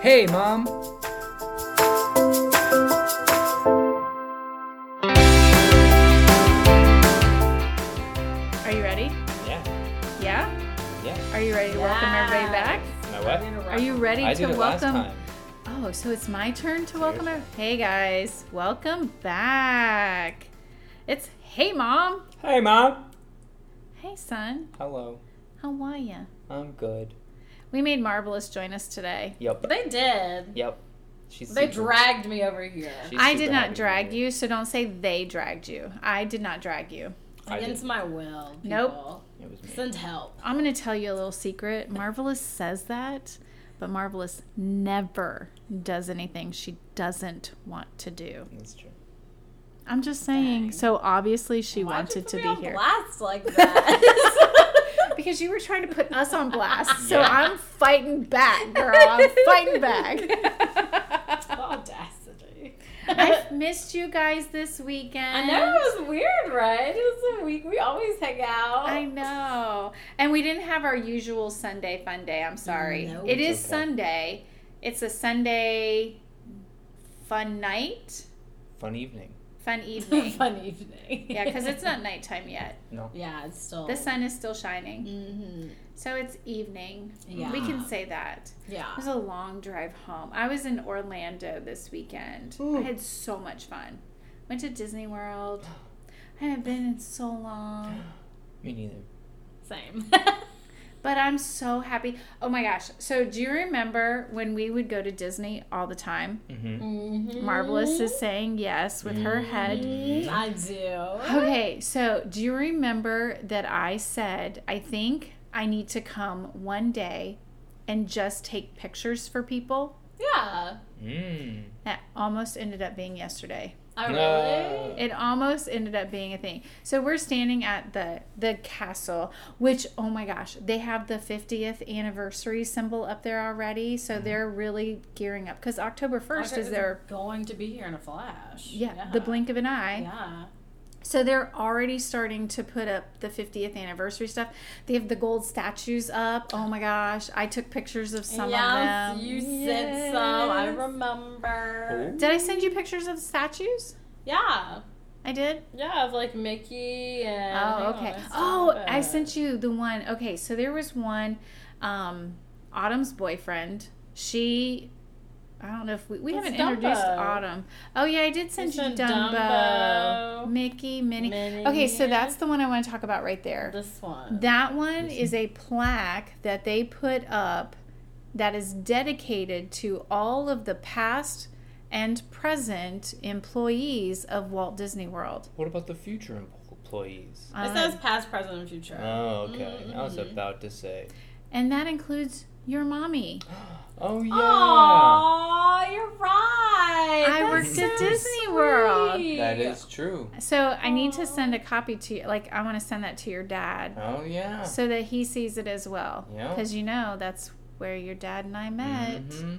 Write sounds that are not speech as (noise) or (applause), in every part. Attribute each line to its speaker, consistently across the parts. Speaker 1: Hey, Mom.
Speaker 2: Are you ready?
Speaker 3: Yeah,
Speaker 2: Yeah?
Speaker 3: yeah.
Speaker 2: Are you ready to welcome everybody back?
Speaker 3: My what?
Speaker 2: Are you ready
Speaker 3: I
Speaker 2: to
Speaker 3: did it last
Speaker 2: welcome?
Speaker 3: time.
Speaker 2: Oh, so it's my turn to welcome her. Hey guys, welcome back. It's hey mom.
Speaker 3: Hey, mom.
Speaker 2: Hey son.
Speaker 3: Hello.
Speaker 2: How are ya?
Speaker 3: I'm good.
Speaker 2: We made Marvelous join us today.
Speaker 3: Yep.
Speaker 4: They did.
Speaker 3: Yep. She's.
Speaker 4: They
Speaker 3: super-
Speaker 4: dragged me over here.
Speaker 3: she's
Speaker 2: I
Speaker 3: super
Speaker 2: did
Speaker 3: happy
Speaker 2: not
Speaker 3: for
Speaker 2: drag
Speaker 3: me.
Speaker 2: you, so don't say they dragged you. I did not drag you.
Speaker 3: I did.
Speaker 4: Against my will. People.
Speaker 2: Nope.
Speaker 3: It was me.
Speaker 4: Send help.
Speaker 2: I'm going to tell you a little secret. Marvelous says that, but Marvelous never does anything she doesn't want to do.
Speaker 3: That's true.
Speaker 2: I'm just saying.
Speaker 4: Dang.
Speaker 2: So obviously she
Speaker 4: Why'd you
Speaker 2: wanted
Speaker 4: put
Speaker 2: to
Speaker 4: me
Speaker 2: be
Speaker 4: on
Speaker 2: here. (laughs)
Speaker 4: Blast (laughs) like that.
Speaker 2: Because you were trying to put us on (laughs) blast. So
Speaker 3: Yeah.
Speaker 2: I'm fighting back, girl. I'm fighting
Speaker 4: (laughs)
Speaker 2: back.
Speaker 4: The (laughs) audacity.
Speaker 2: I've missed you guys this weekend.
Speaker 4: (laughs) I know it was weird, right? It was a week we always hang out. (laughs)
Speaker 2: I know. And we didn't have our usual Sunday fun day. I'm sorry.
Speaker 4: No,
Speaker 2: it is
Speaker 3: it's okay.
Speaker 2: Sunday. It's a Sunday fun night,
Speaker 3: Fun evening.
Speaker 4: (laughs)
Speaker 2: fun evening.
Speaker 4: Fun evening.
Speaker 2: yeah, because it's not nighttime yet.
Speaker 4: (laughs) Yeah, it's still.
Speaker 2: The sun is still shining.
Speaker 4: Mm-hmm.
Speaker 2: So it's evening.
Speaker 4: Yeah.
Speaker 2: We can say that.
Speaker 4: Yeah.
Speaker 2: It was a long drive home. I was in Orlando this weekend. I had so much fun. Went to Disney World. I haven't been in so long,
Speaker 3: Me neither.
Speaker 4: Same. (laughs)
Speaker 2: but I'm so happy. Oh my gosh. So, do you remember when we would go to Disney all the time?
Speaker 3: Mm-hmm.
Speaker 2: Marvelous is saying yes with her head.
Speaker 3: Mm-hmm.
Speaker 4: Mhm. I do.
Speaker 2: Okay, so do you remember that I said, I think I need to come one day and just take pictures for people?
Speaker 4: Yeah.
Speaker 3: Mm.
Speaker 2: That almost ended up being yesterday.
Speaker 4: I really.
Speaker 3: No.
Speaker 2: It almost ended up being a thing. So we're standing at the the castle, which oh my gosh, they have the 50th anniversary symbol up there already. So
Speaker 4: Mm-hmm.
Speaker 2: they're really gearing up because October 1st
Speaker 4: Okay,
Speaker 2: is their
Speaker 4: going to be here in a flash?
Speaker 2: yeah, the blink of an eye.
Speaker 4: Yeah.
Speaker 2: So they're already starting to put up the 50th anniversary stuff. They have the gold statues up. Oh my gosh, I took pictures of some
Speaker 4: yes,
Speaker 2: of them.
Speaker 4: you said some. I
Speaker 2: Yes.
Speaker 4: remember.
Speaker 2: Did I send you pictures of statues?
Speaker 3: Oh.
Speaker 4: Yeah,
Speaker 2: I did.
Speaker 4: yeah, of like Mickey and.
Speaker 2: Oh,
Speaker 4: hang on,
Speaker 2: okay.
Speaker 4: I saw
Speaker 2: Oh, I
Speaker 4: it.
Speaker 2: sent you the one. Okay, so there was one, um, Autumn's boyfriend. She, I don't know if we, we
Speaker 4: That's
Speaker 2: haven't introduced
Speaker 4: Dumbo.
Speaker 2: Autumn. Oh, yeah, I did send you,
Speaker 4: sent
Speaker 2: Dumbo,
Speaker 4: Dumbo.
Speaker 2: Mickey, Minnie.
Speaker 4: Minnie.
Speaker 2: Okay, so that's the one I want to talk about right there.
Speaker 4: this one.
Speaker 2: That one is a plaque that they put up that is dedicated to all of the past and present employees of Walt Disney World.
Speaker 3: What about the future employees?
Speaker 4: it
Speaker 2: Um,
Speaker 4: says past, present, and future.
Speaker 3: Oh, okay. I was
Speaker 2: Mm-hmm.
Speaker 4: Mm-mm.
Speaker 3: about to say.
Speaker 2: and that includes your mommy.
Speaker 3: Oh yeah.
Speaker 4: Aw, you're right.
Speaker 2: I
Speaker 4: That's
Speaker 2: worked at
Speaker 4: so
Speaker 2: Disney World.
Speaker 4: sweet.
Speaker 3: That is true.
Speaker 2: So I need to send a copy to you. Like I want to send that to your dad
Speaker 3: Oh yeah.
Speaker 2: so that he sees it as well.
Speaker 3: Yeah.
Speaker 2: Because you know that's where your dad and I met.
Speaker 3: Mhm.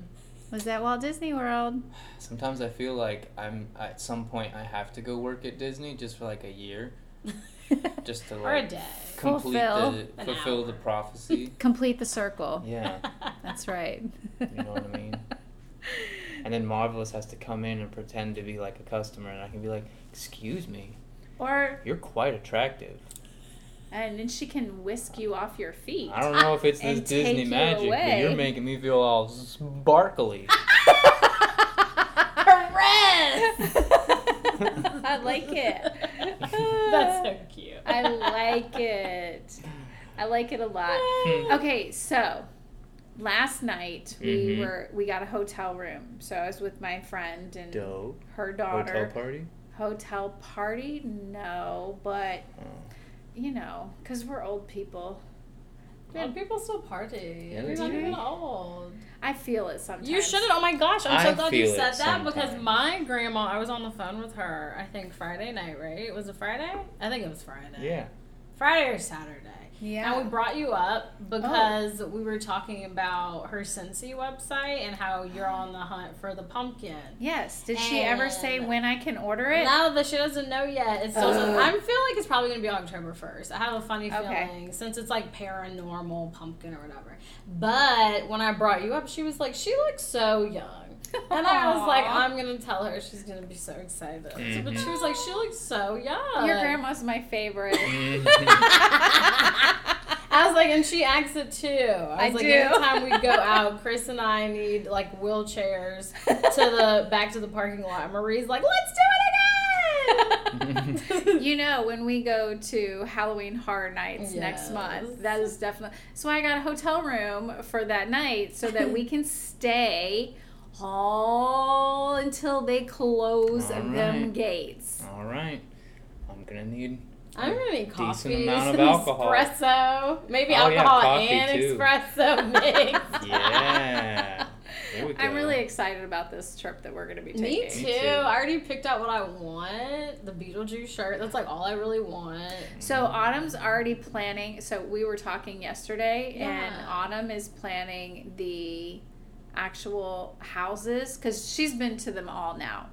Speaker 2: Was at Walt Disney World.
Speaker 3: Sometimes I feel like I'm at some point I have to go work at Disney just for like a year, (laughs) just to
Speaker 4: Or a
Speaker 3: like
Speaker 4: day.
Speaker 3: complete
Speaker 2: Fulfill.
Speaker 3: the
Speaker 4: An
Speaker 3: fulfill the
Speaker 4: hour.
Speaker 2: (laughs)
Speaker 3: prophecy.
Speaker 2: (laughs) Complete the circle.
Speaker 3: yeah,
Speaker 4: (laughs)
Speaker 2: That's right.
Speaker 3: you know what
Speaker 2: (laughs)
Speaker 3: I mean. And then Marvelous has to come in and pretend to be like a customer, and I can be like, "Excuse me,
Speaker 2: Or
Speaker 3: you're quite attractive."
Speaker 2: and then she can whisk you off your feet.
Speaker 3: I
Speaker 2: (laughs)
Speaker 3: don't know if it's this
Speaker 2: And take
Speaker 3: Disney
Speaker 2: you
Speaker 3: magic, but
Speaker 2: away.
Speaker 3: you're making me feel
Speaker 2: (laughs)
Speaker 3: all sparkly.
Speaker 4: (laughs)
Speaker 2: I like
Speaker 3: (laughs)
Speaker 2: it.
Speaker 4: That's so cute.
Speaker 2: I like it. I like it a (laughs) lot.
Speaker 4: (laughs)
Speaker 2: Okay, so last night we
Speaker 3: Mhm.
Speaker 2: were we got a hotel room. So I was with my friend and
Speaker 3: Dope.
Speaker 2: her
Speaker 3: Hotel
Speaker 2: daughter.
Speaker 3: party.
Speaker 2: Hotel party? No, but
Speaker 3: Oh.
Speaker 2: you know, because we're old people.
Speaker 4: Old people still party.
Speaker 3: Yeah, they
Speaker 4: You're not
Speaker 3: do.
Speaker 4: even old.
Speaker 2: I feel it sometimes.
Speaker 4: You shouldn't. Oh my gosh, I'm
Speaker 3: I
Speaker 4: so glad you
Speaker 3: feel it
Speaker 4: said that because
Speaker 3: sometimes.
Speaker 4: my grandma, I was on the phone with her, I think Friday night, right? Was it Friday? I think it was Friday.
Speaker 3: Yeah.
Speaker 4: Friday or Saturday.
Speaker 2: Yeah.
Speaker 4: And we brought you up because we were talking about her Scentsy website and how you're on the hunt for the pumpkin.
Speaker 2: Yes. Did she ever say
Speaker 4: And-
Speaker 2: when I can order it? (laughs)
Speaker 4: No, that she doesn't know yet. It's still.
Speaker 2: Ugh.
Speaker 4: I'm feeling like it's probably gonna be October first. I have a funny
Speaker 2: Uh. Okay.
Speaker 4: feeling since it's like paranormal pumpkin or whatever. But when I brought you up, she was like, "She looks so young," and I was like,
Speaker 2: Aw.
Speaker 4: "I'm gonna tell her. She's gonna be so excited." So- But
Speaker 3: Mhm.
Speaker 4: she was like, "She looks so young."
Speaker 2: Mm-hmm. Your (laughs) grandma's my
Speaker 3: (laughs)
Speaker 2: favorite.
Speaker 4: (laughs) I was like, and she acts it too. I
Speaker 2: I
Speaker 4: was like,
Speaker 2: do.
Speaker 4: anytime we
Speaker 2: (laughs)
Speaker 4: go out, Chris and I need like wheelchairs to the back to the parking lot. Marie's like, let's (laughs) do it
Speaker 2: (laughs)
Speaker 4: again.
Speaker 2: you know, when we go to Halloween Horror Nights
Speaker 4: Yes.
Speaker 2: next month, that is definitely. So I got a hotel room for that night so that
Speaker 4: (laughs)
Speaker 2: we can stay all until they close
Speaker 3: All
Speaker 2: them
Speaker 3: right.
Speaker 2: gates.
Speaker 3: All right. I'm
Speaker 2: (laughs)
Speaker 3: gonna need.
Speaker 4: I'm gonna need
Speaker 3: Decent
Speaker 4: coffee,
Speaker 3: amount of
Speaker 4: some
Speaker 3: alcohol.
Speaker 4: espresso, maybe
Speaker 3: Oh, yeah,
Speaker 4: alcohol
Speaker 3: coffee
Speaker 4: and
Speaker 3: too.
Speaker 4: espresso mix.
Speaker 3: (laughs) Yeah. There we go.
Speaker 2: I'm really excited about this trip that we're going to be taking.
Speaker 4: (laughs) Me too.
Speaker 3: Me too.
Speaker 4: I already picked out what I want. The Beetlejuice shirt. That's like all I really want.
Speaker 2: So Autumn's already planning. So we were talking yesterday, and
Speaker 4: Yeah.
Speaker 2: Autumn is planning the actual houses because she's been to them all now.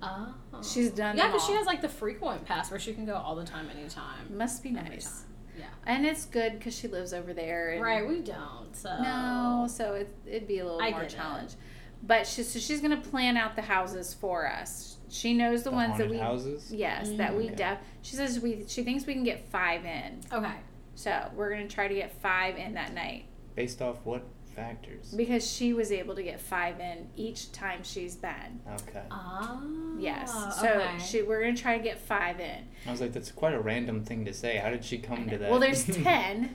Speaker 4: Oh.
Speaker 2: She's done.
Speaker 4: yeah,
Speaker 2: them
Speaker 4: because she
Speaker 2: all.
Speaker 4: has like the frequent pass where she can go all the time, anytime.
Speaker 2: Must be
Speaker 4: Every
Speaker 2: nice.
Speaker 4: Yeah.
Speaker 2: And it's good because she lives over there. And
Speaker 4: Right, we don't. So.
Speaker 2: No, so it, it'd be a little
Speaker 4: I
Speaker 2: more
Speaker 4: get it.
Speaker 2: challenge. But she, so she's gonna plan out the houses for us. She knows the,
Speaker 3: The
Speaker 2: ones that we.
Speaker 3: haunted houses.
Speaker 2: Yes, that we
Speaker 3: Mm.
Speaker 2: def. She says we. She thinks we can get five in.
Speaker 4: Okay.
Speaker 2: So we're gonna try to get five in that night.
Speaker 3: Based off what factors?
Speaker 2: Because she was able to get five in each time she's been.
Speaker 3: Okay.
Speaker 4: Oh.
Speaker 2: Yes. so
Speaker 4: okay.
Speaker 2: she, we're going to try to get five in.
Speaker 3: I was like, that's quite a random thing to say. How did she come to that?
Speaker 2: Well,
Speaker 3: (laughs)
Speaker 2: there's 10.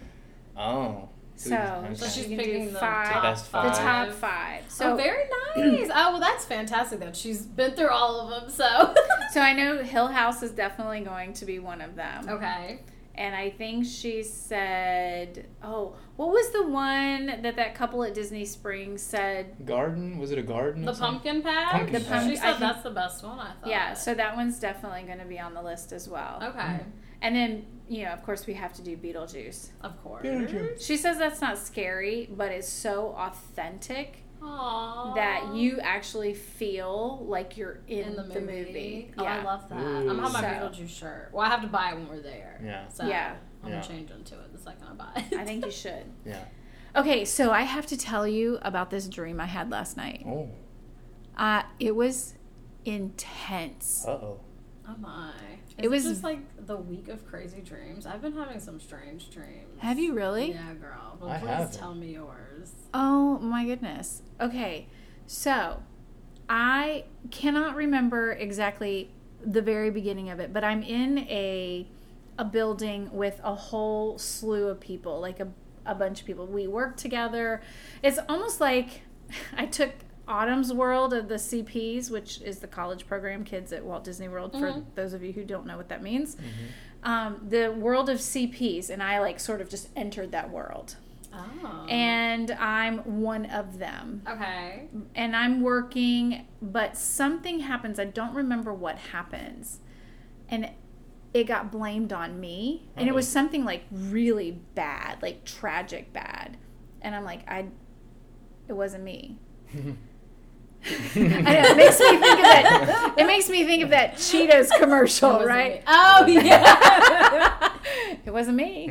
Speaker 3: oh.
Speaker 2: So,
Speaker 3: okay.
Speaker 2: Okay.
Speaker 4: So she's
Speaker 2: You can do
Speaker 4: picking the
Speaker 2: five.
Speaker 4: top
Speaker 3: Best
Speaker 2: the
Speaker 4: five.
Speaker 3: five.
Speaker 2: top five. So,
Speaker 4: oh, very
Speaker 2: (clears throat)
Speaker 4: nice. oh, well, that's fantastic that she's been through all of them. So.
Speaker 2: (laughs) so I know Hill House is definitely going to be one of them.
Speaker 4: (laughs) okay.
Speaker 2: And I think she said, oh, what was the one that that couple at Disney Springs said?
Speaker 3: garden. Was it a garden? or
Speaker 4: The
Speaker 3: something?
Speaker 4: pumpkin patch.
Speaker 3: Pumpkin
Speaker 2: The patch.
Speaker 4: She
Speaker 2: pumpkin- I
Speaker 4: said
Speaker 2: think-
Speaker 4: that's the best one. I thought.
Speaker 2: Yeah, so that one's definitely going to be on the list as well.
Speaker 4: Uh, Okay.
Speaker 2: And then, you know, of course, we have to do Beetlejuice.
Speaker 4: Of course.
Speaker 3: Beetlejuice.
Speaker 2: She says that's not scary, but it's so authentic.
Speaker 4: Aww.
Speaker 2: that you actually feel like you're in,
Speaker 4: in the movie. Oh,
Speaker 2: Yeah.
Speaker 4: I love that.
Speaker 3: Ooh.
Speaker 4: I'm on my
Speaker 2: So-
Speaker 4: Beetlejuice shirt. Well, I have to buy it when we're there.
Speaker 3: Yeah.
Speaker 4: So
Speaker 2: yeah,
Speaker 4: I'm
Speaker 3: Yeah.
Speaker 4: gonna change into it the second
Speaker 2: (laughs)
Speaker 4: I buy it.
Speaker 2: I
Speaker 4: (laughs)
Speaker 2: think you should.
Speaker 3: Yeah.
Speaker 2: Okay, so I have to tell you about this dream I had last night.
Speaker 3: Oh.
Speaker 2: Uh, it was intense.
Speaker 3: Uh oh.
Speaker 4: Oh my.
Speaker 2: It
Speaker 4: Is
Speaker 2: was-
Speaker 4: just like the week of crazy dreams. I've been having some strange dreams.
Speaker 2: Have you really?
Speaker 4: Yeah, girl. Well,
Speaker 3: I
Speaker 4: please
Speaker 3: haven't.
Speaker 4: tell me yours.
Speaker 2: Oh my goodness. Okay, so I cannot remember exactly the very beginning of it, but I'm in a a building with a whole slew of people, like a a bunch of people. We work together. It's almost like (laughs) I took Autumn's World of the CPs, which is the college program kids at Walt Disney World. For
Speaker 4: Mhm.
Speaker 2: those of you who don't know what that means,
Speaker 3: Mm-hmm.
Speaker 2: um, the world of CPs, and I like sort of just entered that world
Speaker 4: Oh.
Speaker 2: and I'm one of them.
Speaker 4: Okay.
Speaker 2: And I'm working, but something happens. I don't remember what happens. And it got blamed on me. And it was
Speaker 4: Uh-huh.
Speaker 2: something like really bad, like tragic bad. And I'm like, I it wasn't
Speaker 4: (laughs)
Speaker 2: me. I know, it makes me think of that it makes me think of that Cheetos
Speaker 4: It
Speaker 2: commercial,
Speaker 4: wasn't
Speaker 2: right?
Speaker 4: me. Oh (laughs)
Speaker 2: (laughs)
Speaker 4: yeah.
Speaker 2: it wasn't me.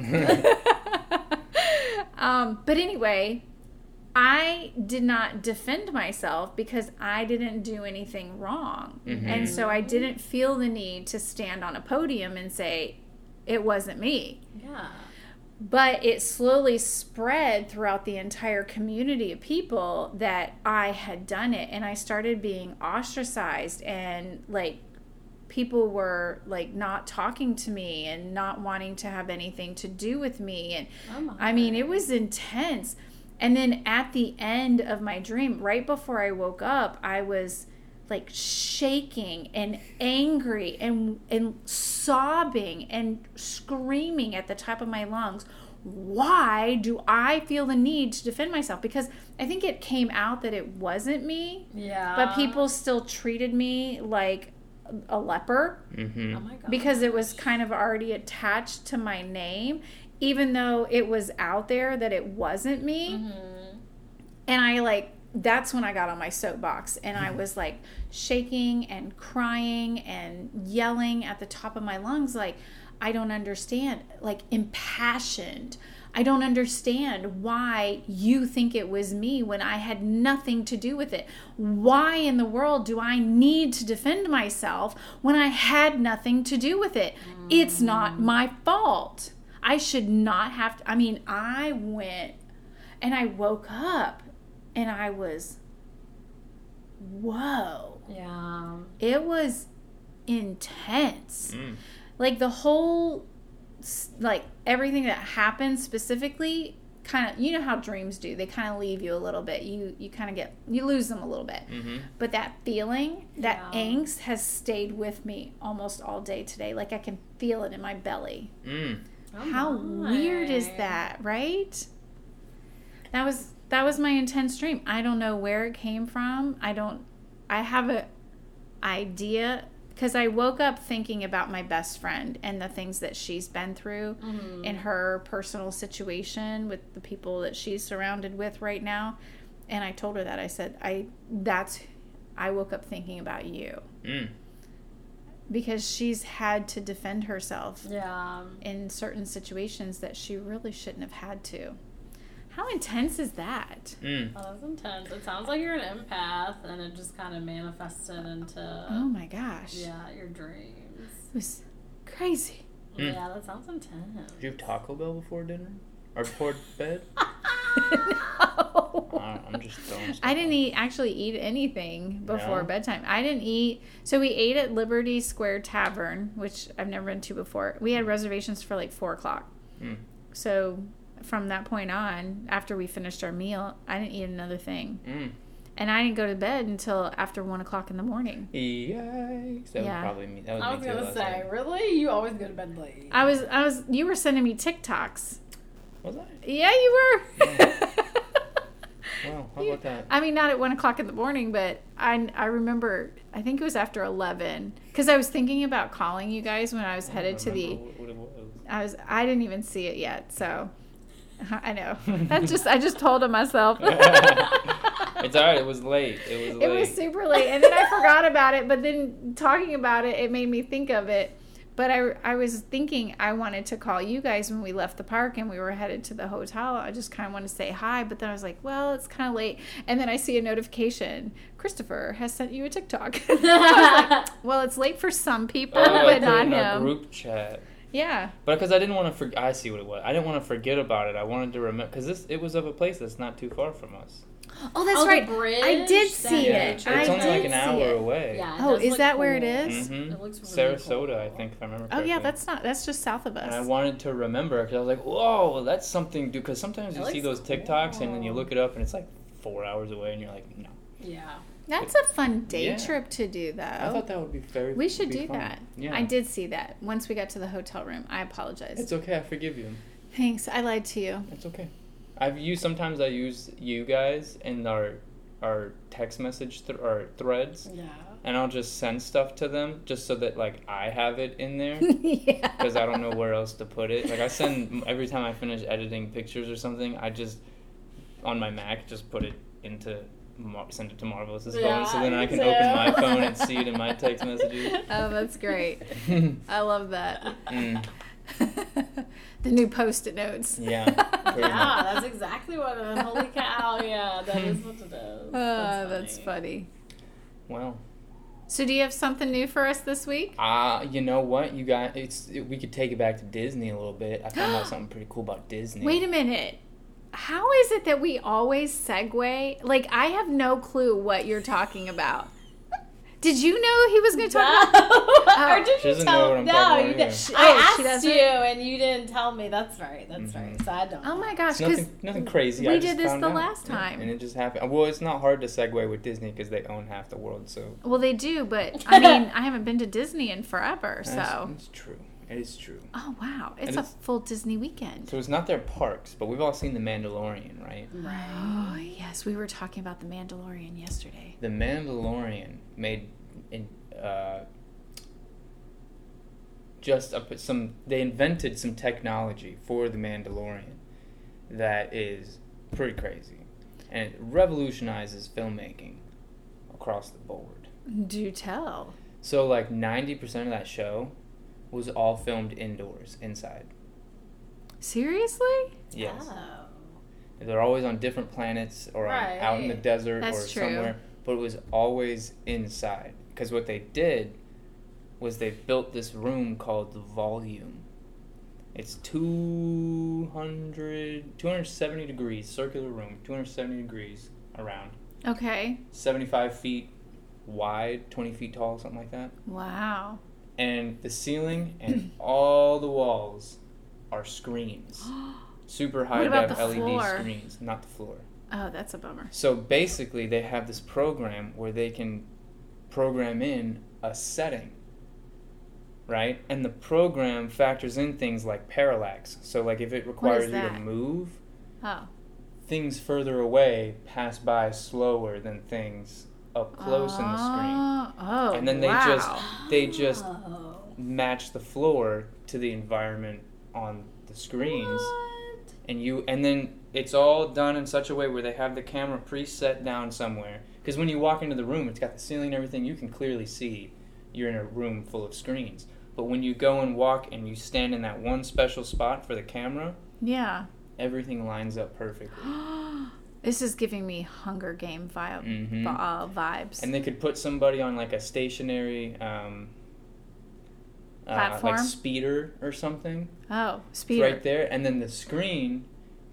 Speaker 2: um, but anyway, I did not defend myself because I didn't do anything wrong. And so I didn't feel the need to stand on a podium and say, it wasn't me.
Speaker 4: yeah.
Speaker 2: But it slowly spread throughout the entire community of people that I had done it. And I started being ostracized and like, people were like not talking to me and not wanting to have anything to do with me and
Speaker 4: Oh my.
Speaker 2: I mean, it was intense. And then at the end of my dream, right before I woke up, I was like shaking and angry and and sobbing and screaming at the top of my lungs. Why do I feel the need to defend myself? Because I think it came out that it wasn't me,
Speaker 4: Yeah.
Speaker 2: but people still treated me like a leper
Speaker 4: Oh
Speaker 3: (laughs)
Speaker 2: Um,
Speaker 3: Mm-hmm.
Speaker 4: my god.
Speaker 2: because it was kind of already attached to my name, even though it was out there that it wasn't me.
Speaker 4: Mhm.
Speaker 2: And I like, that's when I got on my soapbox and I was like shaking and crying and yelling at the top of my lungs, like, I don't understand, like impassioned. I don't understand why you think it was me when I had nothing to do with it. Why in the world do I need to defend myself when I had nothing to do with it? It's not my fault. I should not have to. I mean, I went and I woke up and I was, whoa.
Speaker 4: Yeah.
Speaker 2: It was intense
Speaker 3: Mm.
Speaker 2: like the whole s- like everything that happened specifically kind of you know how dreams do they kind of leave you a little bit you you kind of get you lose them a little bit
Speaker 3: Mm-hmm.
Speaker 2: but that feeling that
Speaker 4: Yeah.
Speaker 2: angst has stayed with me almost all day today like i can feel it in my belly
Speaker 3: Mm.
Speaker 4: Oh
Speaker 2: how
Speaker 4: my.
Speaker 2: weird is that right that was that was my intense dream i don't know where it came from i don't i have a idea because i woke up thinking about my best friend and the things that she's been through
Speaker 4: Mhm.
Speaker 2: in her personal situation with the people that she's surrounded with right now and i told her that i said i that's i woke up thinking about you
Speaker 3: Mm.
Speaker 2: because she's had to defend herself
Speaker 4: Yeah.
Speaker 2: in certain situations that she really shouldn't have had to. How intense is that?
Speaker 3: Mm.
Speaker 4: Well, that's Oh, intense. It sounds like you're an empath, and it just kind of manifested into
Speaker 2: Oh my gosh.
Speaker 4: yeah your dreams.
Speaker 2: It was crazy. (laughs)
Speaker 3: Mm.
Speaker 4: Yeah, that sounds intense.
Speaker 3: Did you have Taco Bell before dinner or before
Speaker 2: (laughs)
Speaker 3: bed?
Speaker 2: no.
Speaker 3: I don't- I'm just throwing. Stuff
Speaker 2: I didn't
Speaker 3: out.
Speaker 2: eat actually eat anything before
Speaker 3: No?
Speaker 2: bedtime. I didn't eat. So we ate at Liberty Square Tavern, which I've never been to before. We had reservations for like four o'clock.
Speaker 3: Mm.
Speaker 2: So from that point on, after we finished our meal, I didn't eat another thing,
Speaker 3: Mm.
Speaker 2: and I didn't go to bed until after one o'clock in the morning.
Speaker 3: Yikes! That
Speaker 2: Yeah.
Speaker 3: was probably me. That was
Speaker 4: I
Speaker 3: me
Speaker 4: was
Speaker 3: too
Speaker 4: gonna
Speaker 3: last
Speaker 4: say,
Speaker 3: night.
Speaker 4: really, you always go to bed late.
Speaker 2: I was, I was. You were sending me TikToks.
Speaker 3: Was I?
Speaker 2: Yeah, you were.
Speaker 3: Wow. How
Speaker 2: You-
Speaker 3: about that?
Speaker 2: I mean, not at one o'clock in the morning, but I, I remember. I think it was after eleven because I was thinking about calling you guys when I was
Speaker 3: I don't
Speaker 2: headed to the.
Speaker 3: remember What it was.
Speaker 2: I was. I didn't even see it yet, so. (laughs) I know. That's just. I just told on
Speaker 3: (laughs)
Speaker 2: myself.
Speaker 3: It's alright. It was late. It was
Speaker 2: (laughs)
Speaker 3: late.
Speaker 2: It was super late, and then I forgot about it. But then talking about it, it made me think of it. But I, I was thinking I wanted to call you guys when we left the park and we were headed to the hotel. I just kind of want to say hi, but then I was like, well, it's kind of late. And then I see a notification Christopher has sent you a TikTok. (laughs) I was like,
Speaker 3: (laughs)
Speaker 2: well, it's late for some people,
Speaker 3: Oh, I
Speaker 2: but
Speaker 3: put
Speaker 2: not
Speaker 3: in a
Speaker 2: him.
Speaker 3: group chat.
Speaker 2: Yeah.
Speaker 3: But because I didn't want to forget, I see what it was. I didn't want to forget about it. I wanted to remember because this it was of a place that's not too far from us.
Speaker 2: Oh, that's
Speaker 4: Oh, the
Speaker 2: right.
Speaker 4: bridge,
Speaker 2: I did
Speaker 4: that
Speaker 2: see
Speaker 4: bridge
Speaker 2: it.
Speaker 3: it's
Speaker 2: I
Speaker 3: only like
Speaker 2: did
Speaker 3: an
Speaker 2: see
Speaker 3: hour
Speaker 2: it.
Speaker 3: away.
Speaker 4: Yeah, it
Speaker 2: Oh,
Speaker 4: does
Speaker 2: is
Speaker 4: look
Speaker 2: that where it
Speaker 4: cool.
Speaker 2: is?
Speaker 3: hmm
Speaker 4: It looks really
Speaker 3: Sarasota,
Speaker 4: cool.
Speaker 3: I think, if I remember.
Speaker 2: Oh,
Speaker 3: Correctly.
Speaker 2: yeah, that's not, that's just south of us.
Speaker 3: And I wanted to remember because I was like, "Whoa, that's something." Because sometimes
Speaker 4: That
Speaker 3: you see
Speaker 4: looks
Speaker 3: those TikToks and then you
Speaker 4: cool.
Speaker 3: look it up and it's like four hours away, and you're like, "No."
Speaker 4: Yeah.
Speaker 2: That's a fun day
Speaker 3: Yeah.
Speaker 2: trip to do, though.
Speaker 3: I thought that would be very.
Speaker 2: Oh. we should
Speaker 3: be
Speaker 2: do
Speaker 3: fun.
Speaker 2: that.
Speaker 3: Yeah.
Speaker 2: I did see that once we got to the hotel room. I apologize.
Speaker 3: It's okay. I forgive you.
Speaker 2: Thanks. I lied to you.
Speaker 3: It's okay. I've used sometimes I use you guys in our our text message th- or threads,
Speaker 4: Yeah.
Speaker 3: and I'll just send stuff to them just so that like I have it
Speaker 2: (laughs)
Speaker 3: in there
Speaker 2: yeah.
Speaker 3: because I don't know where else to put it. Like I send every time I finish editing pictures or something, I just on my Mac just put it into Mar- send it to Marvelous's
Speaker 4: Yeah,
Speaker 3: phone, so then
Speaker 4: me
Speaker 3: I can
Speaker 4: too.
Speaker 3: open my phone
Speaker 4: (laughs)
Speaker 3: and see it in my text messages.
Speaker 2: Oh, that's great. I love that. (laughs)
Speaker 3: Mm.
Speaker 2: the new post it notes. (laughs)
Speaker 3: Yeah, pretty
Speaker 4: Yeah,
Speaker 3: much.
Speaker 4: that's exactly what it is. Holy cow, yeah, that is what it
Speaker 2: (laughs)
Speaker 4: is. Oh,
Speaker 2: Oh, (laughs) that's funny.
Speaker 3: Well,
Speaker 2: So, do you have something new for us this week?
Speaker 3: uh, you know what? You got it's. It, we could take it back to Disney a little bit. I
Speaker 2: (gasps)
Speaker 3: found out something pretty cool about Disney.
Speaker 2: Wait a minute. How is it that we always segue? Like, I have no clue what you're talking (laughs) about. Did you know he was going to talk about
Speaker 4: No. (laughs)
Speaker 2: (laughs)
Speaker 4: or did
Speaker 3: She
Speaker 4: you
Speaker 3: doesn't
Speaker 4: tell
Speaker 3: know what I'm
Speaker 4: no,
Speaker 3: talking about
Speaker 4: you
Speaker 3: either.
Speaker 4: did.
Speaker 2: She- oh, she
Speaker 4: I asked
Speaker 2: doesn't?
Speaker 4: you and you didn't tell me. That's right. That's
Speaker 3: Mhm.
Speaker 4: right. So I don't.
Speaker 2: Oh
Speaker 4: know.
Speaker 2: my gosh,
Speaker 3: It's
Speaker 2: because
Speaker 3: nothing, nothing crazy.
Speaker 2: we
Speaker 3: I
Speaker 2: did
Speaker 3: just
Speaker 2: this
Speaker 3: found
Speaker 2: the
Speaker 3: out.
Speaker 2: last
Speaker 3: Yeah,
Speaker 2: time.
Speaker 3: and it just happened. Well, it's not hard to segue with Disney because they own half the world. So
Speaker 2: well, they do, (laughs) but I mean, I haven't been to Disney in forever,
Speaker 3: That's-
Speaker 2: so.
Speaker 3: it's true. It is true.
Speaker 2: Oh wow, it's
Speaker 3: And
Speaker 2: a
Speaker 3: it's-
Speaker 2: full Disney weekend.
Speaker 3: So it's not their parks, but we've all seen The Mandalorian, right?
Speaker 4: Right.
Speaker 2: Oh yes, we were talking about the Mandalorian yesterday.
Speaker 3: The Mandalorian made in, uh, just a, some. They invented some technology for the Mandalorian that is pretty crazy, and it revolutionizes filmmaking across the board.
Speaker 2: Do tell.
Speaker 3: So like ninety percent of that show was all filmed indoors, inside.
Speaker 2: Seriously?
Speaker 3: Yes.
Speaker 4: Oh.
Speaker 3: They're always on different planets or on- out in the
Speaker 4: Right.
Speaker 3: desert or
Speaker 2: That's true.
Speaker 3: somewhere, but it was always inside. Because what they did was they built this room called the Volume. It's 200, 270 degrees, circular room, 270 degrees around,
Speaker 2: Okay.
Speaker 3: 75 feet wide, 20 feet tall, something like that.
Speaker 2: Wow. (gasps)
Speaker 3: And the ceiling
Speaker 2: (clears throat)
Speaker 3: and all the walls are screens.
Speaker 2: Oh,
Speaker 3: Super high
Speaker 2: about
Speaker 3: def
Speaker 2: the
Speaker 3: LED
Speaker 2: floor?
Speaker 3: screens, not the floor.
Speaker 2: Oh, that's a bummer.
Speaker 3: So basically, they have this program where they can program in a setting, right? And the program factors in things like parallax. So, like, if it requires you to
Speaker 2: that?
Speaker 3: move,
Speaker 2: Oh.
Speaker 3: things further away pass by slower than things up close in the screen.
Speaker 2: Oh, Oh.
Speaker 3: And then they
Speaker 2: wow.
Speaker 3: just They just-
Speaker 4: Oh.
Speaker 3: Match the floor to the environment on the screens.
Speaker 4: What?
Speaker 3: and you and then it's all done in such a way where they have the camera preset down somewhere because when you walk into the room it's got the ceiling and everything you can clearly see you're in a room full of screens but when you go and walk and you stand in that one special spot for the camera
Speaker 2: Yeah.
Speaker 3: everything lines up perfectly
Speaker 2: this is giving me Hunger Game vibe
Speaker 3: Mhm.
Speaker 2: uh, vibes.
Speaker 3: and they could put somebody on like a stationary um, uh,
Speaker 2: Platform?
Speaker 3: like speeder or something
Speaker 2: oh,
Speaker 3: It's
Speaker 2: speed.
Speaker 3: right there and then the screen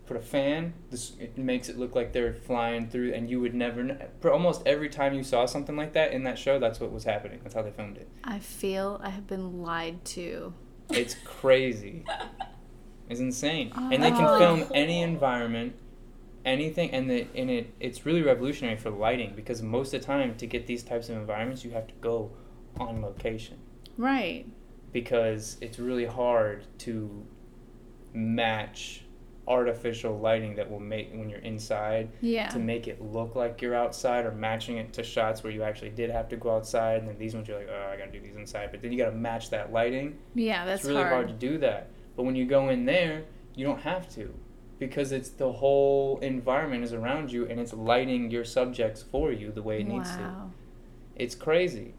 Speaker 3: put a fan this it makes it look like they're flying through and you would never kn- pr- almost every time you saw something like that in that show that's what was happening that's how they filmed it
Speaker 2: I feel I have been lied to.
Speaker 4: (laughs)
Speaker 3: it's crazy it's insane and they
Speaker 2: Oh.
Speaker 3: can film any environment anything and the and it it's really revolutionary for lighting because most of the time to get these types of environments you have to go on location
Speaker 2: Right.
Speaker 3: because it's really hard to match artificial lighting that will make when you're inside
Speaker 2: Yeah.
Speaker 3: to make it look like you're outside or matching it to shots where you actually did have to go outside and then these ones you're like oh i gotta do these inside but then you gotta match that lighting
Speaker 2: yeah, that's
Speaker 3: it's really hard.
Speaker 2: hard.
Speaker 3: to do that but when you go in there you don't have to because it's the whole environment is around you and it's lighting your subjects for you the way it needs to
Speaker 2: wow.
Speaker 3: it's crazy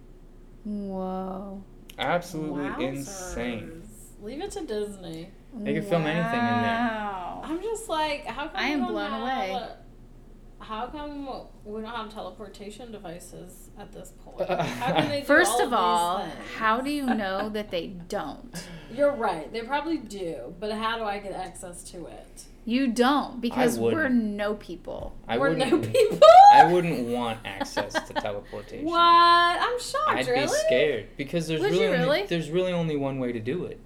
Speaker 2: Whoa.
Speaker 3: absolutely insane
Speaker 4: Wowzers. Leave it to Disney.
Speaker 3: They could film anything in there.
Speaker 2: Wow.
Speaker 4: I'm just like, how come
Speaker 2: I
Speaker 4: we
Speaker 2: am
Speaker 4: don't
Speaker 2: blown
Speaker 4: have-
Speaker 2: away.
Speaker 4: How come we don't have teleportation devices at this
Speaker 3: (laughs)
Speaker 4: point? How can they
Speaker 2: (laughs)
Speaker 4: do
Speaker 2: First
Speaker 4: all
Speaker 2: of all,
Speaker 4: these things?
Speaker 2: how do you know that they don't?
Speaker 4: You're right. They probably do, but how do I get access to it?
Speaker 2: You don't because we're
Speaker 3: wouldn't.
Speaker 2: no people.
Speaker 3: I
Speaker 4: We're
Speaker 3: wouldn't.
Speaker 4: no people.
Speaker 3: I wouldn't want access
Speaker 2: (laughs)
Speaker 3: to teleportation.
Speaker 4: (laughs) What? I'm shocked.
Speaker 3: I'd
Speaker 4: really?
Speaker 3: be scared because there's
Speaker 2: Would
Speaker 3: really,
Speaker 2: you
Speaker 3: Only,
Speaker 2: really?
Speaker 3: there's really only one way to do it.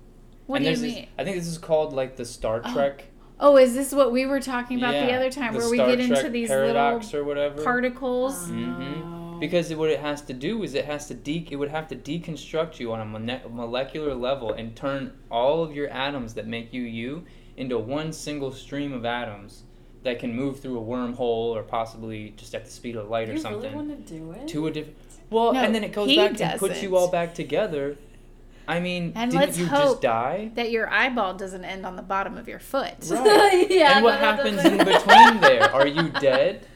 Speaker 2: What
Speaker 3: and
Speaker 2: do you
Speaker 3: there's
Speaker 2: mean?
Speaker 3: This, I think this is called like the Star
Speaker 2: Oh,
Speaker 3: Trek.
Speaker 2: oh, is this what we were talking about the
Speaker 3: yeah,
Speaker 2: other time
Speaker 3: the
Speaker 2: where we
Speaker 3: Star
Speaker 2: get into
Speaker 3: Trek
Speaker 2: these
Speaker 3: paradox or whatever.
Speaker 2: little
Speaker 4: Oh.
Speaker 2: particles?
Speaker 4: Um,
Speaker 3: Mhm. because what it has to do is it has to de- it would have to deconstruct you on a mone- molecular level and turn all of your atoms that make you you into one single stream of atoms that can move through a wormhole or possibly just at the speed of light
Speaker 4: you
Speaker 3: or something.
Speaker 4: really want to do it? (laughs)
Speaker 3: to a different. Well,
Speaker 2: No,
Speaker 3: and then it goes
Speaker 2: he
Speaker 3: back and puts
Speaker 2: doesn't.
Speaker 3: you all back together. I mean,
Speaker 2: And
Speaker 3: didn't
Speaker 2: let's
Speaker 3: you
Speaker 2: hope-
Speaker 3: just die?
Speaker 2: That your eyeball doesn't end on the bottom of your foot.
Speaker 3: Right.
Speaker 4: yeah.
Speaker 3: and what
Speaker 4: no, no, no,
Speaker 3: happens
Speaker 4: no.
Speaker 3: in between there? Are you dead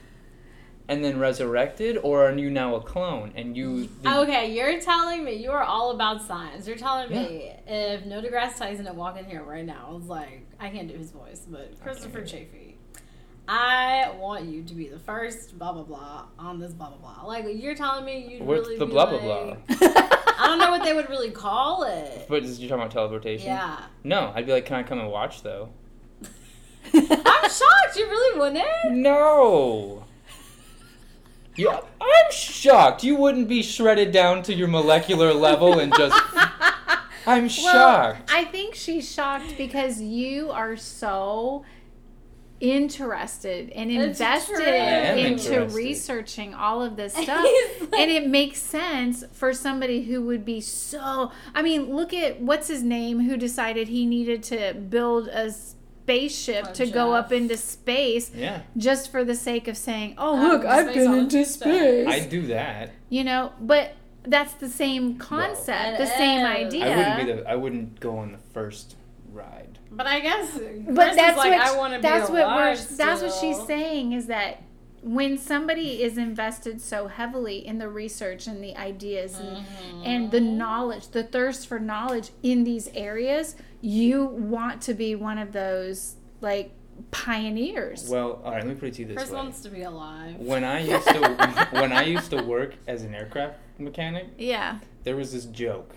Speaker 3: and then resurrected, or are you now a clone and you?
Speaker 4: Okay, you're telling me you are all about science. You're telling me if Neil deGrasse Tyson had walked in here right now, I was like, I can't do his voice, but Christopher Chafee, I want you to be the first blah blah blah on this blah blah blah. Like you're telling me you
Speaker 3: What's
Speaker 4: really
Speaker 3: the
Speaker 4: be
Speaker 3: blah blah blah?
Speaker 4: like- I don't
Speaker 2: (laughs)
Speaker 4: know what they would really call it.
Speaker 3: But is- you're talking about teleportation?
Speaker 4: Yeah,
Speaker 3: No, I'd be like, can I come and watch though?
Speaker 4: I'm shocked. You really wouldn't.
Speaker 3: No. Yeah, I'm shocked. You wouldn't be shredded down to your molecular level and just. I'm shocked.
Speaker 2: I think she's shocked because you are so interested and
Speaker 4: It's
Speaker 2: invested
Speaker 4: true. I am
Speaker 2: into
Speaker 3: interested.
Speaker 2: researching all of this stuff.
Speaker 4: (laughs) He's like-
Speaker 2: and it makes sense for somebody who would be so I mean, look at what's his name who decided he needed to build a spaceship
Speaker 4: Oh,
Speaker 2: to go
Speaker 4: Jeff.
Speaker 2: up into space
Speaker 3: Yeah.
Speaker 2: just for the sake of saying, "Oh,
Speaker 4: I'm
Speaker 2: look,
Speaker 4: in
Speaker 2: I've
Speaker 4: Um, space
Speaker 2: been
Speaker 4: all
Speaker 2: into
Speaker 4: this stuff."
Speaker 2: space."
Speaker 3: I do that.
Speaker 2: you know, but That's the same concept, the
Speaker 4: It
Speaker 2: same
Speaker 4: is.
Speaker 2: idea.
Speaker 3: I wouldn't be the. I wouldn't go on the first ride.
Speaker 4: But I guess.
Speaker 2: but that's
Speaker 4: like,
Speaker 2: what
Speaker 4: I want to be
Speaker 2: that's what we're
Speaker 4: alive
Speaker 2: that's what
Speaker 4: still.
Speaker 2: she's saying is that when somebody is invested so heavily in the research and the ideas and,
Speaker 4: Mm-hmm.
Speaker 2: and the knowledge, the thirst for knowledge in these areas, you want to be one of those like pioneers.
Speaker 3: Well, all right. Let me put it to you this
Speaker 4: Chris
Speaker 3: way.
Speaker 4: wants to be alive.
Speaker 3: When I used to when I used to work as an aircraft mechanic,
Speaker 2: yeah.
Speaker 3: there was this joke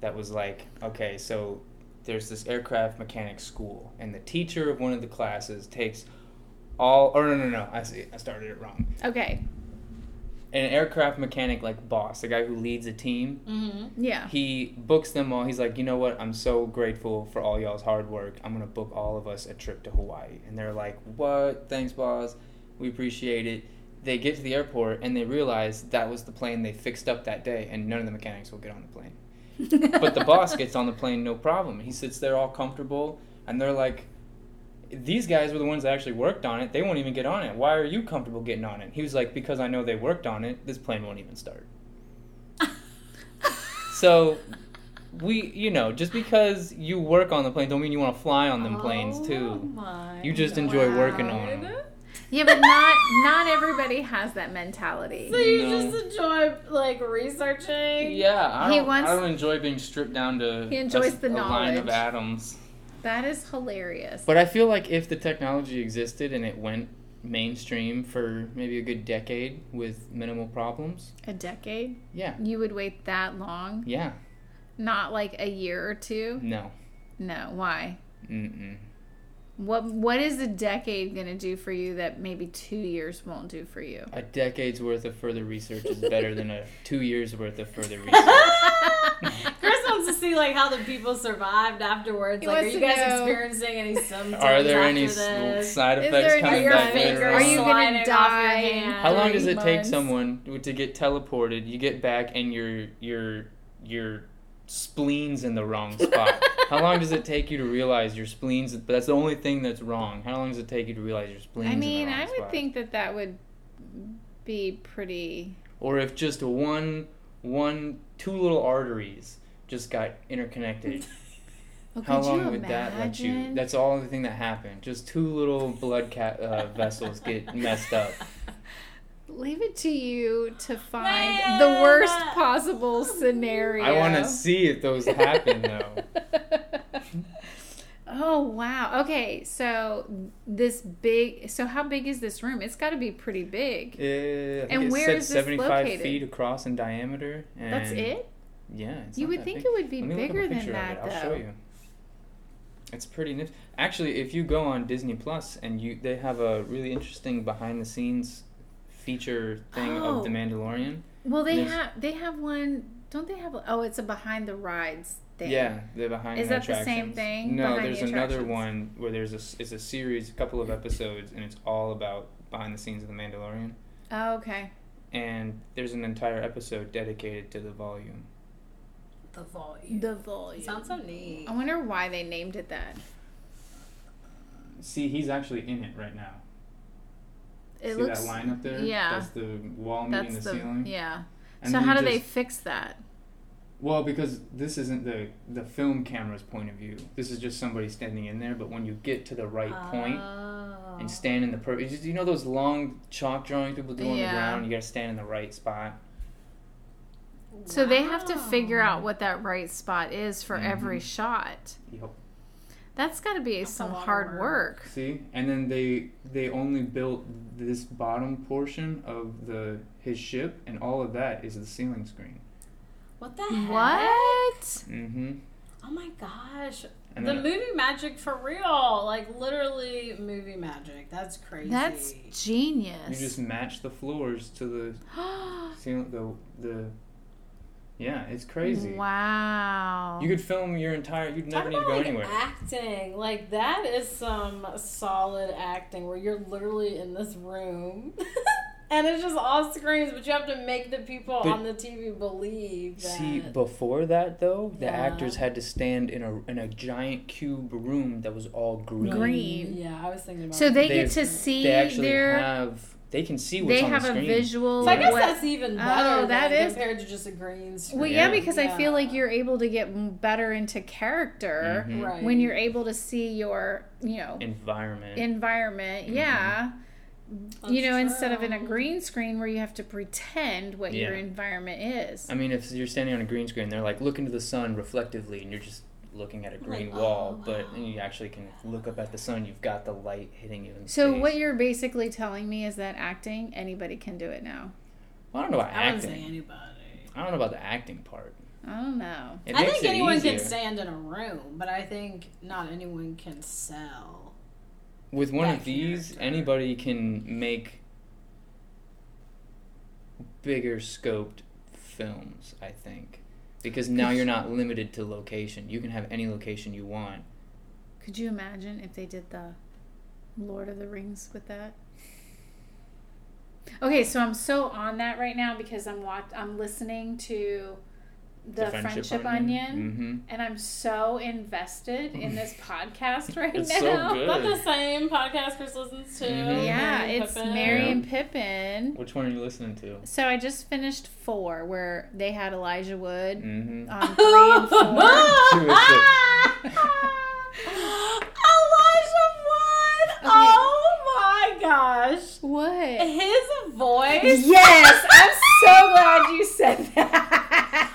Speaker 3: that was like, okay, so there's this aircraft mechanic school, and the teacher of one of the classes takes all. Or no, no, no. I see. I started it wrong.
Speaker 2: Okay.
Speaker 3: An aircraft mechanic, like boss, the guy who leads a team,
Speaker 4: Mm-hmm.
Speaker 2: Yeah.
Speaker 3: he books them all. He's like, you know what? I'm so grateful for all y'all's hard work. I'm gonna book all of us a trip to Hawaii. And they're like, what? Thanks, boss. We appreciate it. They get to the airport and they realize that was the plane they fixed up that day, and none of the mechanics will get on the plane.
Speaker 2: (laughs)
Speaker 3: But the boss gets on the plane no problem. He sits there all comfortable, and they're like, these guys were the ones that actually worked on it. They won't even get on it. Why are you comfortable getting on it? He was like, because I know they worked on it. This plane won't even start. So we, you know, just because you work on the plane, don't mean you want to fly on them
Speaker 2: Oh.
Speaker 4: Oh
Speaker 3: planes too. You just enjoy working on 'em.
Speaker 2: Yeah, but not not everybody has that mentality.
Speaker 4: So you
Speaker 3: No.
Speaker 4: just enjoy like researching.
Speaker 3: Yeah, I
Speaker 2: He
Speaker 3: don't,
Speaker 2: wants-
Speaker 3: I don't enjoy being stripped down to
Speaker 2: He enjoys
Speaker 3: a,
Speaker 2: the
Speaker 3: a line of
Speaker 2: knowledge.
Speaker 3: atoms.
Speaker 2: That is hilarious.
Speaker 3: But I feel like if the technology existed and it went mainstream for maybe a good decade with minimal problems,
Speaker 2: A decade?
Speaker 3: yeah,
Speaker 2: You would wait that long?
Speaker 3: yeah,
Speaker 2: Not like a year or two?
Speaker 3: no,
Speaker 2: No. Why?
Speaker 3: mm-mm.
Speaker 2: What What is a decade gonna do for you that maybe two years won't do for you?
Speaker 3: A decade's worth of further research is better than a two years worth of
Speaker 2: (laughs)
Speaker 3: further research.
Speaker 4: Chris wants to see like how the people survived afterwards.
Speaker 2: He
Speaker 4: like, are
Speaker 2: wants
Speaker 4: you
Speaker 2: to
Speaker 4: guys
Speaker 2: know- (laughs)
Speaker 4: experiencing any symptoms?
Speaker 3: Are there
Speaker 4: after
Speaker 3: any s-
Speaker 4: this?
Speaker 3: side
Speaker 2: Is
Speaker 3: effects
Speaker 2: there any-
Speaker 4: Are
Speaker 3: coming
Speaker 4: your
Speaker 3: back
Speaker 4: fingers
Speaker 3: later
Speaker 2: Are
Speaker 3: on?
Speaker 2: you
Speaker 4: sliding
Speaker 2: gonna
Speaker 4: off your
Speaker 2: die?
Speaker 4: hand?
Speaker 3: How long does
Speaker 2: three
Speaker 3: it take
Speaker 2: months.
Speaker 3: someone to get teleported? You get back and your your your spleen's in the
Speaker 2: (laughs)
Speaker 3: wrong spot. How long does it take you to realize your spleen's? But that's the only thing that's wrong. How long does it take you to realize your spleen's?
Speaker 2: I mean,
Speaker 3: in the wrong
Speaker 2: I would
Speaker 3: spot?
Speaker 2: think that that would be pretty.
Speaker 3: Or if just one one two little arteries just got interconnected.
Speaker 2: Well, (laughs)
Speaker 3: How
Speaker 2: could
Speaker 3: long
Speaker 2: you
Speaker 3: would that let you?
Speaker 2: imagine?
Speaker 3: That's all the thing that happened. Just two little blood cat uh, vessels get
Speaker 2: (laughs)
Speaker 3: messed up.
Speaker 2: Leave it to you to find
Speaker 4: Man.
Speaker 2: the worst possible scenario.
Speaker 3: I want to see if those happen though.
Speaker 2: (laughs) oh wow. Okay, so this big. So how big is this room? It's got to be pretty big.
Speaker 3: Uh, I think
Speaker 2: And
Speaker 3: it
Speaker 2: where
Speaker 3: said
Speaker 2: is this
Speaker 3: 75
Speaker 2: located?
Speaker 3: feet across in diameter. And
Speaker 2: That's it.
Speaker 3: Yeah. It's
Speaker 2: You
Speaker 3: not
Speaker 2: would
Speaker 3: that
Speaker 2: think
Speaker 3: big.
Speaker 2: it would be
Speaker 3: Let me look up a
Speaker 2: bigger than
Speaker 3: picture of
Speaker 2: that,
Speaker 3: it. I'll show
Speaker 2: though.
Speaker 3: you. It's pretty nif- Actually, if you go on Disney Plus and you they have a really interesting behind the scenes feature thing
Speaker 2: Oh.
Speaker 3: of The Mandalorian.
Speaker 2: Well, they
Speaker 3: Yes.
Speaker 2: have they have one. Don't they have? Oh, it's a behind the rides thing.
Speaker 3: Yeah, the behind
Speaker 2: Is
Speaker 3: the
Speaker 2: that the same
Speaker 3: attractions.
Speaker 2: thing,
Speaker 3: No,
Speaker 2: behind the
Speaker 3: there's another
Speaker 2: attractions?
Speaker 3: one where there's a s- it's a series, a couple of episodes, and it's all about behind the scenes of The Mandalorian.
Speaker 2: Oh, okay.
Speaker 3: And there's an entire episode dedicated to the volume.
Speaker 4: (laughs) The volume.
Speaker 2: The volume.
Speaker 4: Sounds so neat.
Speaker 2: I wonder why they named it that.
Speaker 3: See, he's actually in it right now.
Speaker 2: It
Speaker 3: See
Speaker 2: looks.
Speaker 3: that line up there?
Speaker 2: yeah.
Speaker 3: That's the wall meeting
Speaker 2: that's
Speaker 3: the,
Speaker 2: the,
Speaker 3: ceiling.
Speaker 2: yeah.
Speaker 3: And
Speaker 2: so
Speaker 3: then
Speaker 2: how
Speaker 3: you
Speaker 2: do they
Speaker 3: just-
Speaker 2: fix that?
Speaker 3: Well, because this isn't the the film camera's point of view. This is just somebody standing in there. But when you get to the right point
Speaker 4: Oh.
Speaker 3: and stand in the per, you just- you know those long chalk drawings people do on
Speaker 2: Yeah.
Speaker 3: the ground. You gotta stand in the right spot.
Speaker 2: So they have to figure
Speaker 4: Wow.
Speaker 2: out what that right spot is for every
Speaker 3: Mhm.
Speaker 2: shot.
Speaker 3: Yep.
Speaker 2: That's got to be
Speaker 4: That's a
Speaker 2: some
Speaker 4: lot of
Speaker 2: hard work.
Speaker 3: See, and then they they only built this bottom portion of the his ship, and all of that is the ceiling screen.
Speaker 4: What the heck?
Speaker 2: What?
Speaker 3: Mm-hmm.
Speaker 4: Oh my gosh.
Speaker 3: And
Speaker 4: the
Speaker 3: then-
Speaker 4: movie magic for real. Like literally movie magic. That's crazy.
Speaker 2: That's
Speaker 3: You
Speaker 2: genius. (gasps)
Speaker 3: just match the floors to the See the the yeah, it's crazy.
Speaker 2: wow.
Speaker 3: You could film your entire. You'd
Speaker 4: Talk
Speaker 3: never need to
Speaker 4: about,
Speaker 3: go
Speaker 4: like,
Speaker 3: anywhere.
Speaker 4: Acting. Like that is some solid acting where you're literally in this room (laughs) and it's just all screens, but you have to make the people
Speaker 3: But-
Speaker 4: on the TV believe that
Speaker 3: See, before that though, the
Speaker 4: Yeah.
Speaker 3: actors had to stand in a in a giant cube room that was all green.
Speaker 2: Green.
Speaker 4: Yeah, I was thinking about
Speaker 2: so they
Speaker 3: They-
Speaker 2: get to see
Speaker 3: They actually
Speaker 2: their
Speaker 3: have They can see what's
Speaker 2: they
Speaker 3: on
Speaker 2: have
Speaker 3: the
Speaker 2: a
Speaker 3: screen.
Speaker 2: visual.
Speaker 4: So I guess
Speaker 2: what-
Speaker 4: that's even
Speaker 2: Oh,
Speaker 4: better
Speaker 2: that
Speaker 4: than
Speaker 2: is-
Speaker 4: compared to just a green screen.
Speaker 2: well, yeah,
Speaker 3: Yeah.
Speaker 2: because I feel like you're able to get m- better into character
Speaker 3: Mhm.
Speaker 4: Right.
Speaker 2: when you're able to see your, you know,
Speaker 3: environment.
Speaker 2: environment.
Speaker 3: Mm-hmm.
Speaker 2: Yeah. you
Speaker 4: That's
Speaker 2: know, instead of in a
Speaker 4: true.
Speaker 2: green screen where you have to pretend what your
Speaker 3: Yeah.
Speaker 2: environment is.
Speaker 3: I mean, if you're standing on a green screen, they're like, look into the sun reflectively, and you're just looking at a green
Speaker 4: Like,
Speaker 3: wall,
Speaker 4: oh,
Speaker 3: but you actually can look up at the sun. You've got the light hitting you. In the
Speaker 2: So
Speaker 3: face.
Speaker 2: what you're basically telling me is that acting anybody can do it now.
Speaker 3: Well, I don't know about
Speaker 4: I wouldn't say
Speaker 3: acting.
Speaker 4: anybody.
Speaker 3: I don't know about the acting part.
Speaker 2: I don't know.
Speaker 3: It
Speaker 4: I
Speaker 3: makes
Speaker 4: think
Speaker 3: it
Speaker 4: anyone
Speaker 3: easier.
Speaker 4: can stand in a room, but I think not anyone can sell.
Speaker 3: With one
Speaker 4: that
Speaker 3: of these,
Speaker 4: character.
Speaker 3: anybody can make bigger scoped films. I think because now you're not limited to location. You can have any location you want.
Speaker 2: Could you imagine if they did the Lord of the Rings with that? Okay, so I'm so on that right now because I'm watch- I'm listening to the, Friendship, Onion,
Speaker 3: Mm-hmm.
Speaker 2: and I'm so invested in
Speaker 3: (laughs)
Speaker 2: this podcast right
Speaker 3: It's
Speaker 2: now.
Speaker 3: so good.
Speaker 2: (laughs)
Speaker 4: Is that the same podcast Chris listens to?
Speaker 2: Mm-hmm.
Speaker 3: Mhm.
Speaker 2: Yeah,
Speaker 4: Mary
Speaker 2: it's
Speaker 4: Pippin?
Speaker 2: Mary
Speaker 4: (laughs)
Speaker 3: Yeah.
Speaker 2: and Pippin.
Speaker 3: Mm-hmm. Which one are you listening to?
Speaker 2: So I just finished four, where they had Elijah Wood (laughs)
Speaker 3: Mm-hmm. (laughs)
Speaker 2: on three and four.
Speaker 4: Elijah Wood! Oh my gosh!
Speaker 2: What?
Speaker 4: His
Speaker 2: (laughs)
Speaker 4: voice!
Speaker 2: Yes, I'm so glad you said that.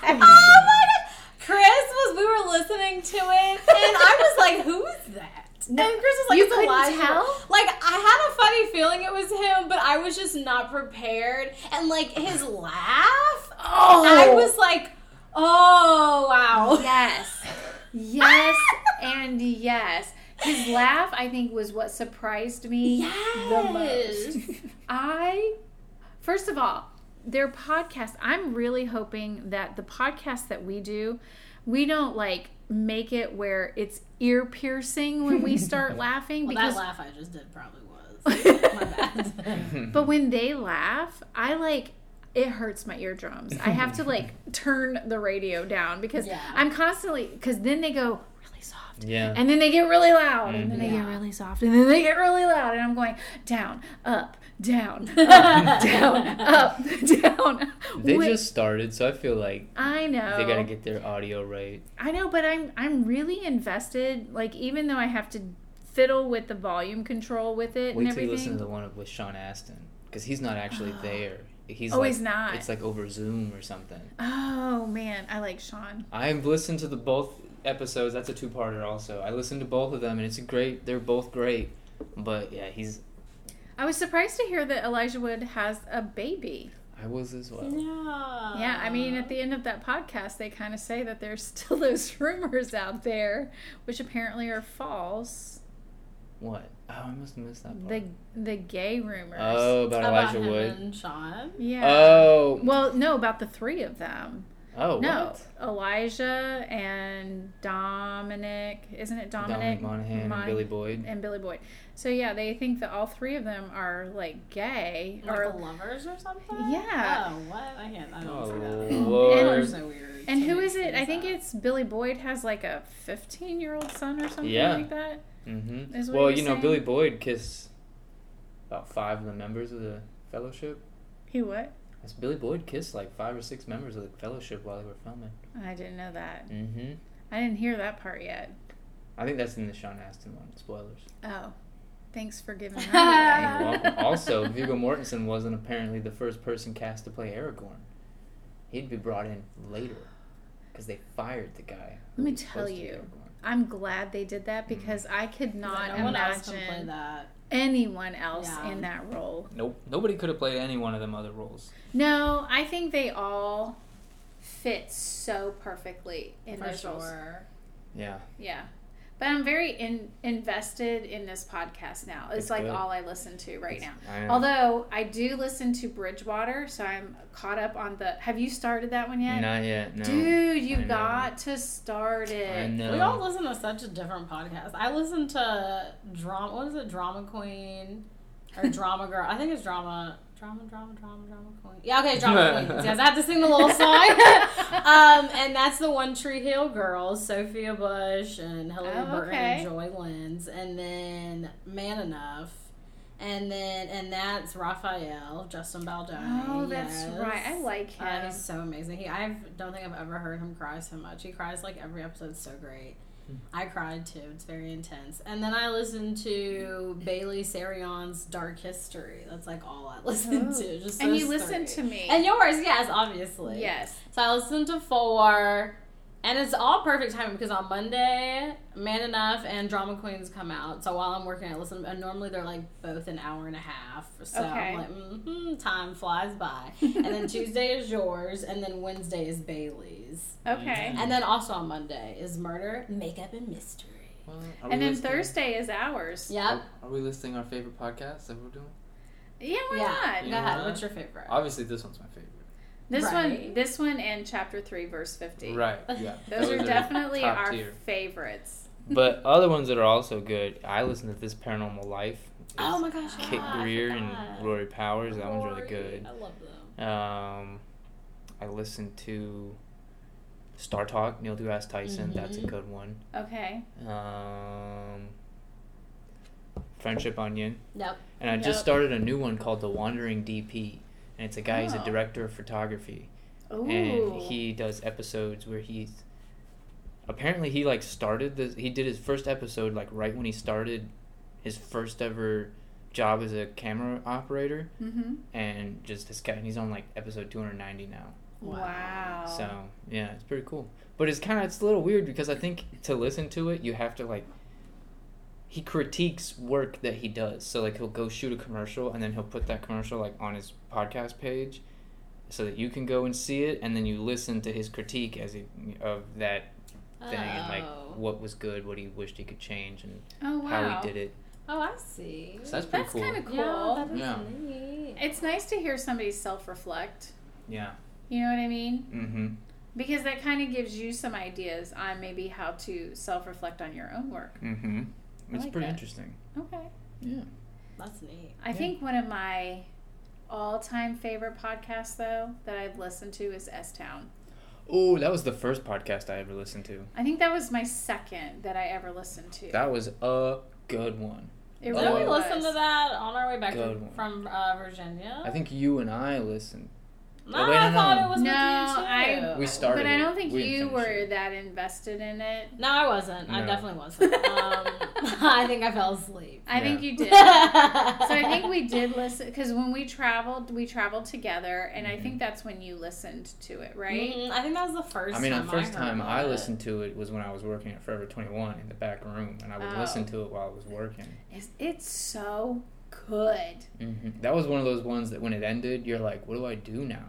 Speaker 4: Oh my god! Chris was, we were listening to it, and I was like, who is that? and Chris was like,
Speaker 2: you
Speaker 4: it's
Speaker 2: couldn't
Speaker 4: Elijah.
Speaker 2: tell?
Speaker 4: Like, I had a funny feeling it was him, but I was just not prepared. And, like, his laugh,
Speaker 2: Oh,
Speaker 4: I was like, oh, wow.
Speaker 2: Yes, yes, and yes. His laugh, I think, was what surprised me the
Speaker 4: Yes.
Speaker 2: most. I, first of all, their podcast, I'm really hoping that the podcast that we do, we don't like make it where it's ear piercing when we (laughs) start laughing
Speaker 4: Well,
Speaker 2: because
Speaker 4: that laugh I just did probably
Speaker 2: (laughs)
Speaker 4: was. My bad.
Speaker 2: but when they laugh, I like it hurts my eardrums. I have to like turn the radio down because
Speaker 4: Yeah.
Speaker 2: I'm constantly because then they go really soft
Speaker 3: Yeah.
Speaker 2: and then they get really loud, and then they get
Speaker 4: Yeah.
Speaker 2: really soft, and then they get really loud, and I'm going down, up, down, up, down, up, (laughs) down.
Speaker 3: They
Speaker 2: Wait,
Speaker 3: just started, so I feel like
Speaker 2: I know,
Speaker 3: they gotta get their audio right.
Speaker 2: I know, but I'm I'm really invested. Like even though I have to fiddle with the volume control with it
Speaker 3: Wait
Speaker 2: and
Speaker 3: till you listen
Speaker 2: everything.
Speaker 3: to the one with Sean Astin, because he's
Speaker 2: (gasps)
Speaker 3: not actually there. He's
Speaker 2: Oh,
Speaker 3: like,
Speaker 2: he's not.
Speaker 3: It's like over Zoom or something.
Speaker 2: oh man, I like Sean.
Speaker 3: I've listened to the both episodes. That's a two-parter, also. I listened to both of them, and it's great. They're both great, but yeah, he's.
Speaker 2: I was surprised to hear that Elijah Wood has a baby.
Speaker 3: I was as well.
Speaker 4: yeah.
Speaker 2: Yeah, I mean, at the end of that podcast, they kind of say that there's (laughs) still those rumors out there, which apparently are false.
Speaker 3: What? Oh, I must have missed that part.
Speaker 2: The the gay rumors.
Speaker 3: oh, about,
Speaker 4: about
Speaker 3: Elijah
Speaker 4: him
Speaker 3: Wood.
Speaker 4: and Sean.
Speaker 2: yeah.
Speaker 3: Oh.
Speaker 2: Well, no, about the three of them.
Speaker 3: oh.
Speaker 2: no,
Speaker 3: What?
Speaker 2: Elijah and Dominic. Isn't it Dominic?
Speaker 3: Dominic Monaghan
Speaker 2: Mon-
Speaker 3: and Billy Boyd.
Speaker 2: and Billy Boyd. So yeah, they think that all three of them are like gay
Speaker 4: Like
Speaker 2: or
Speaker 4: the lovers or something?
Speaker 2: Yeah.
Speaker 4: Oh, what? I can't. I
Speaker 3: Oh,
Speaker 4: don't
Speaker 3: Lord.
Speaker 4: know. so weird.
Speaker 2: And
Speaker 4: to
Speaker 2: who
Speaker 4: make
Speaker 2: is it? I
Speaker 4: things
Speaker 2: think
Speaker 4: up.
Speaker 2: it's Billy Boyd has like a 15 year old son or something
Speaker 3: Yeah.
Speaker 2: like that. Is
Speaker 3: Mm-hmm.
Speaker 2: what
Speaker 3: Well,
Speaker 2: you're
Speaker 3: you know,
Speaker 2: saying?
Speaker 3: Billy Boyd kissed about five of the members of the fellowship.
Speaker 2: He what?
Speaker 3: That's Billy Boyd kissed like five or six members of the fellowship while they were filming.
Speaker 2: I didn't know that.
Speaker 3: Mm-hmm.
Speaker 2: I didn't hear that part yet.
Speaker 3: I think that's in the Sean Astin one. Spoilers.
Speaker 2: Oh, thanks for (laughs) giving that
Speaker 3: You're
Speaker 2: away.
Speaker 3: welcome. also, Viggo Mortensen wasn't apparently the first person cast to play Aragorn. He'd be brought in later because they fired the guy. who
Speaker 2: Let me
Speaker 3: was supposed
Speaker 2: tell
Speaker 3: to be
Speaker 2: you.
Speaker 3: Aragorn.
Speaker 2: I'm glad they did that
Speaker 3: Mm-hmm.
Speaker 2: because I could not
Speaker 4: no one else can play
Speaker 2: imagine
Speaker 4: that.
Speaker 2: anyone else
Speaker 4: Yeah.
Speaker 2: in that role.
Speaker 3: Nope. Nobody could have played any one of them other roles.
Speaker 2: No, I think they all fit so perfectly in
Speaker 4: For
Speaker 2: those roles.
Speaker 4: sure.
Speaker 3: Yeah.
Speaker 2: Yeah. But I'm very in, invested in this podcast now. It's
Speaker 3: It's
Speaker 2: like
Speaker 3: good.
Speaker 2: all I listen to right now.
Speaker 3: It's- I am-
Speaker 2: Although I do listen to Bridgewater, so I'm caught up on the. Have you started that one yet?
Speaker 3: Not yet. No.
Speaker 2: Dude, you
Speaker 3: I know.
Speaker 2: got to start
Speaker 3: I
Speaker 2: it.
Speaker 3: know.
Speaker 4: We all listen to such a different podcast. I listen to drama. What is it? Drama Queen or Drama Girl? I think it's drama. Drama, drama, drama, drama queen. Yeah, okay, drama queen. Yes, I have to sing the little song. (laughs) um, and that's the One Tree Hill girls, Sophia Bush and Hillary
Speaker 2: Oh,
Speaker 4: Burton
Speaker 2: okay.
Speaker 4: and Joy Lenz, and then Man Enough. And then, and that's Raphael, Justin Baldoni.
Speaker 2: Oh, that's
Speaker 4: yes.
Speaker 2: right. I like him.
Speaker 4: Uh, he's so amazing. He, I don't think I've ever heard him cry so much. He cries like every episode's so great.
Speaker 2: Hmm.
Speaker 4: I cried too. It's very intense. And then I listened to Bailey Sarion's Dark History. That's like all I (laughs) listened
Speaker 2: Oh.
Speaker 4: to. Just
Speaker 2: and
Speaker 4: those
Speaker 2: you listen
Speaker 4: three.
Speaker 2: to me.
Speaker 4: And yours, yes, obviously.
Speaker 2: yes.
Speaker 4: So I listened to four, and it's all perfect timing because on Monday, Man Enough and Drama Queens come out. So while I'm working, I listen. And normally they're like both an hour and a half. So
Speaker 2: Okay.
Speaker 4: I'm like, mm time flies by. (laughs) and then
Speaker 2: (laughs)
Speaker 4: Tuesday is yours, and then Wednesday is Bailey's,
Speaker 2: Okay.
Speaker 4: and then also on Monday is Murder, Makeup, and Mystery.
Speaker 1: Well, are we
Speaker 2: And then
Speaker 1: listing-
Speaker 2: Thursday is ours. Yeah,
Speaker 4: Yep.
Speaker 1: Are, are we listing our favorite podcasts that we're doing?
Speaker 3: Oh,
Speaker 2: why
Speaker 4: Yeah.
Speaker 2: not?
Speaker 1: You
Speaker 4: Go
Speaker 1: know
Speaker 4: ahead.
Speaker 1: what?
Speaker 4: What's your favorite?
Speaker 1: Obviously, this one's my favorite.
Speaker 2: This one,
Speaker 4: Right.
Speaker 2: this one, and chapter three, verse fifty. (laughs)
Speaker 1: Right. Yeah.
Speaker 2: Those are definitely
Speaker 1: top
Speaker 2: our
Speaker 1: tier.
Speaker 2: favorites.
Speaker 3: But uh, other ones that are also good, I listen to this Paranormal Life.
Speaker 4: oh my gosh.
Speaker 3: Kit
Speaker 4: yeah, I
Speaker 3: Greer
Speaker 4: forgot.
Speaker 3: and Rory Powers. That one's really
Speaker 4: Rory.
Speaker 3: good.
Speaker 4: I love them.
Speaker 3: Um, I listened to Star Talk, Neil deGrasse Tyson. That's a
Speaker 4: Mhm.
Speaker 3: good one.
Speaker 2: Okay.
Speaker 3: Um, Friendship Onion.
Speaker 4: Yep.
Speaker 3: And I
Speaker 2: Yep.
Speaker 3: just started a new one called The Wandering DP. And it's a guy, he's a
Speaker 2: Oh.
Speaker 3: director of photography.
Speaker 2: Ooh.
Speaker 3: And he does episodes where he's. Apparently, he like started this. He did his first episode like right when he started his first ever job as a camera operator.
Speaker 2: hmm
Speaker 3: And just this guy, and he's on like episode 290 now.
Speaker 2: Wow.
Speaker 3: So yeah, it's pretty cool. But it's kind of it's a little weird because I think to listen to it, you have to like. He critiques work that he does, so like he'll go shoot a commercial and then he'll put that commercial like on his podcast page, so that you can go and see it, and then you listen to his critique as he of that thing and like
Speaker 4: Oh.
Speaker 3: what was good, what he wished he could change, and
Speaker 2: oh wow.
Speaker 3: how he did it.
Speaker 4: Oh, I see.
Speaker 1: So that's pretty
Speaker 2: That's
Speaker 1: cool.
Speaker 2: kind of cool.
Speaker 4: Yeah, that is
Speaker 1: Yeah.
Speaker 4: neat.
Speaker 2: It's nice to hear somebody self-reflect.
Speaker 3: Yeah.
Speaker 2: You know what I mean?
Speaker 3: Mm-hmm.
Speaker 2: Because that kind of gives you some ideas on maybe how to self-reflect on your own work.
Speaker 3: Mm-hmm.
Speaker 2: I
Speaker 3: It's
Speaker 2: like
Speaker 3: pretty
Speaker 2: that.
Speaker 3: interesting.
Speaker 2: Okay.
Speaker 3: Yeah.
Speaker 4: That's neat.
Speaker 2: I
Speaker 3: Yeah.
Speaker 2: think one of my all-time favorite podcasts, though, that I've listened to is S Town.
Speaker 3: Oh, that was the first podcast I ever listened to.
Speaker 2: I think that was my second that I ever listened to.
Speaker 3: That was a good one.
Speaker 2: it
Speaker 3: Oh.
Speaker 4: Did
Speaker 2: really
Speaker 4: we
Speaker 2: was.
Speaker 4: listen to that on our way back
Speaker 3: Good one.
Speaker 4: from, from uh, Virginia?
Speaker 3: I think you and I listened.
Speaker 4: no,
Speaker 3: Oh, wait,
Speaker 4: I
Speaker 3: no,
Speaker 4: thought
Speaker 3: no.
Speaker 4: it was
Speaker 2: No,
Speaker 4: with you too.
Speaker 2: I-
Speaker 3: We started.
Speaker 2: But I don't
Speaker 3: it.
Speaker 2: think
Speaker 3: We didn't
Speaker 2: you
Speaker 3: finish
Speaker 2: were
Speaker 3: it.
Speaker 2: that invested in it.
Speaker 4: No, I wasn't. I
Speaker 3: No. (laughs)
Speaker 4: definitely wasn't. Um, (laughs) I think I fell asleep.
Speaker 2: I think
Speaker 3: Yeah. (laughs)
Speaker 2: you did.
Speaker 4: so
Speaker 2: so
Speaker 4: I
Speaker 2: I
Speaker 4: (laughs)
Speaker 2: think we did listen because when we traveled, we traveled together, and I think that's when you listened to it, right?
Speaker 4: Mm-hmm. I think that was the first.
Speaker 3: I mean, the
Speaker 4: time
Speaker 3: first
Speaker 4: heard
Speaker 3: time
Speaker 4: about
Speaker 3: I
Speaker 4: it.
Speaker 3: listened to it was when I was working at Forever 21 in the back room, and I would
Speaker 2: Oh.
Speaker 3: listen to it while I was working.
Speaker 2: It's, it's so good.
Speaker 3: hmm That was one of those ones that when it ended, you're like, what do I do now?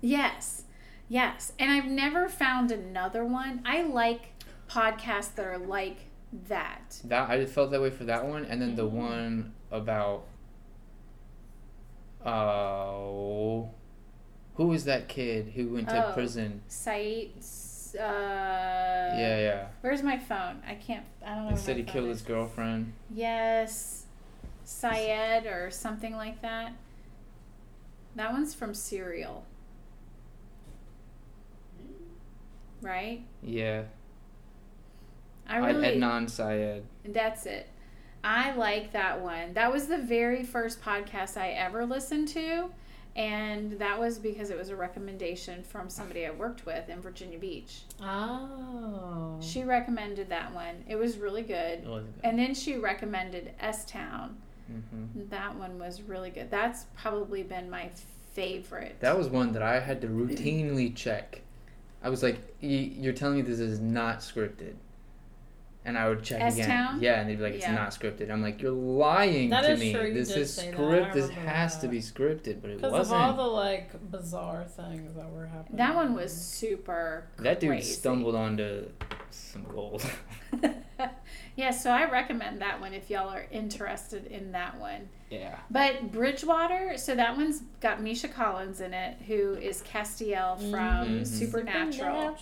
Speaker 2: Yes, yes, and I've never found another one. I like podcasts that are like that.
Speaker 3: That I felt that way for that one, and then the
Speaker 2: Mm-hmm.
Speaker 3: one about. Oh. who was that kid who went to
Speaker 2: Oh.
Speaker 3: prison?
Speaker 2: Sites. Uh,
Speaker 3: yeah,
Speaker 2: yeah.
Speaker 3: yeah.
Speaker 2: Where's my phone? I can't. I don't know.
Speaker 3: He
Speaker 2: where
Speaker 3: said
Speaker 2: my
Speaker 3: he
Speaker 2: phone
Speaker 3: killed
Speaker 2: is.
Speaker 3: his girlfriend.
Speaker 2: Yes, Syed or something like that. That one's from Serial. Right?
Speaker 3: Yeah.
Speaker 2: I really.
Speaker 3: Adnan Syed.
Speaker 2: that's it. I like that one. That was the very first podcast I ever listened to. And that was because it was a recommendation from somebody I worked with in Virginia Beach.
Speaker 4: Oh.
Speaker 2: She recommended that one. It was really good. And then she recommended S Town.
Speaker 3: Mm-hmm.
Speaker 2: That one was really good. That's probably been my favorite.
Speaker 3: That was one that I had to routinely check. I was like, "Y- "You're telling me this is not scripted," and I would check again.
Speaker 2: S-Town?
Speaker 3: Yeah, and they'd be like, "It's
Speaker 2: Yeah.
Speaker 3: not scripted." I'm like, "You're lying
Speaker 4: That
Speaker 3: to
Speaker 4: is
Speaker 3: me.
Speaker 4: true, you
Speaker 3: This
Speaker 4: did
Speaker 3: is
Speaker 4: say that. I
Speaker 3: script. This
Speaker 4: remember
Speaker 3: has to
Speaker 4: that.
Speaker 3: be scripted, but it
Speaker 4: Because of
Speaker 3: wasn't."
Speaker 4: all the like bizarre things that were happening.
Speaker 2: that one was super.
Speaker 3: that dude
Speaker 2: crazy.
Speaker 3: stumbled onto some gold.
Speaker 2: (laughs)
Speaker 3: (laughs)
Speaker 2: yeah, so I recommend that one if y'all are interested in that one.
Speaker 3: yeah.
Speaker 2: But Bridgewater, so that one's got Misha Collins in it, who is Castiel
Speaker 4: Mm-hmm.
Speaker 2: from
Speaker 3: Mhm.
Speaker 2: Supernatural,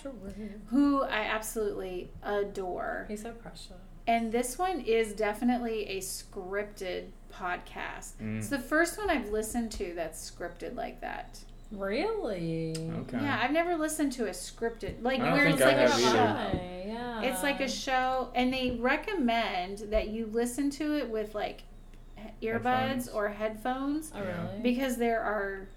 Speaker 2: who I absolutely adore.
Speaker 4: He's so precious.
Speaker 2: And this one is definitely a scripted podcast.
Speaker 3: Mm.
Speaker 2: It's the first one I've listened to that's scripted like that.
Speaker 4: Really?
Speaker 3: Okay.
Speaker 2: Yeah, I've never listened to a scripted like
Speaker 3: I don't
Speaker 2: where
Speaker 3: think
Speaker 2: it's
Speaker 3: I
Speaker 2: like a
Speaker 3: have
Speaker 2: show.
Speaker 3: either.
Speaker 4: Yeah.
Speaker 2: Oh, It's like a show, and they recommend that you listen to it with like he- earbuds
Speaker 3: Headphones.
Speaker 2: or headphones
Speaker 4: Oh, really?
Speaker 2: because there are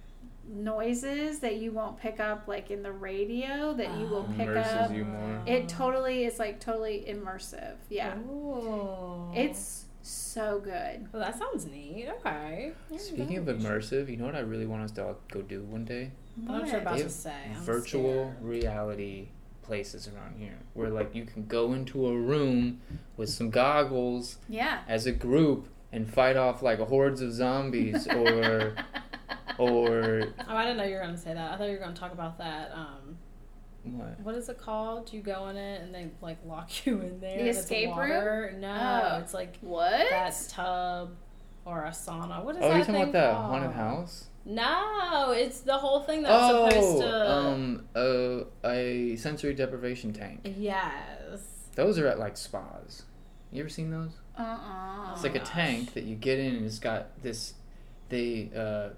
Speaker 2: noises that you won't pick up like in the radio that you will
Speaker 4: Oh.
Speaker 2: pick
Speaker 3: Immerses
Speaker 2: up.
Speaker 3: you more.
Speaker 2: It totally is like totally immersive. Yeah.
Speaker 4: Ooh.
Speaker 2: It's so good.
Speaker 4: Well, that sounds neat. Okay. There you
Speaker 3: Speaking
Speaker 4: go.
Speaker 3: of immersive, you know what I really want us to all go do one day?
Speaker 4: I'm not sure
Speaker 2: What?
Speaker 4: about
Speaker 3: They
Speaker 4: to
Speaker 3: have
Speaker 4: say. I'm
Speaker 3: Virtual
Speaker 4: scared.
Speaker 3: reality places around here where like you can go into a room with some goggles
Speaker 2: Yeah.
Speaker 3: as a group and fight off like hordes of
Speaker 4: (laughs)
Speaker 2: (laughs)
Speaker 3: zombies or or
Speaker 4: Oh, I didn't know you were going to say that. I thought you were going to talk about that. Um,
Speaker 3: what?
Speaker 4: what is it called? You go in it and they like lock (laughs) you in there.
Speaker 2: The
Speaker 4: and it's
Speaker 2: escape room?
Speaker 4: water. No,
Speaker 2: Oh.
Speaker 4: it's like
Speaker 2: what?
Speaker 4: that tub or a sauna. What is
Speaker 3: Oh,
Speaker 4: that
Speaker 3: you're talking
Speaker 4: thing
Speaker 3: about the
Speaker 4: called?
Speaker 3: haunted house?
Speaker 4: No, it's the whole thing that's
Speaker 3: oh,
Speaker 4: supposed to.
Speaker 3: um, uh, a sensory deprivation tank.
Speaker 4: yes.
Speaker 3: Those are at like spas. You ever seen those?
Speaker 2: Uh uh
Speaker 3: It's
Speaker 4: Oh
Speaker 3: like a
Speaker 4: gosh.
Speaker 3: tank that you get in, and it's got this. They uh,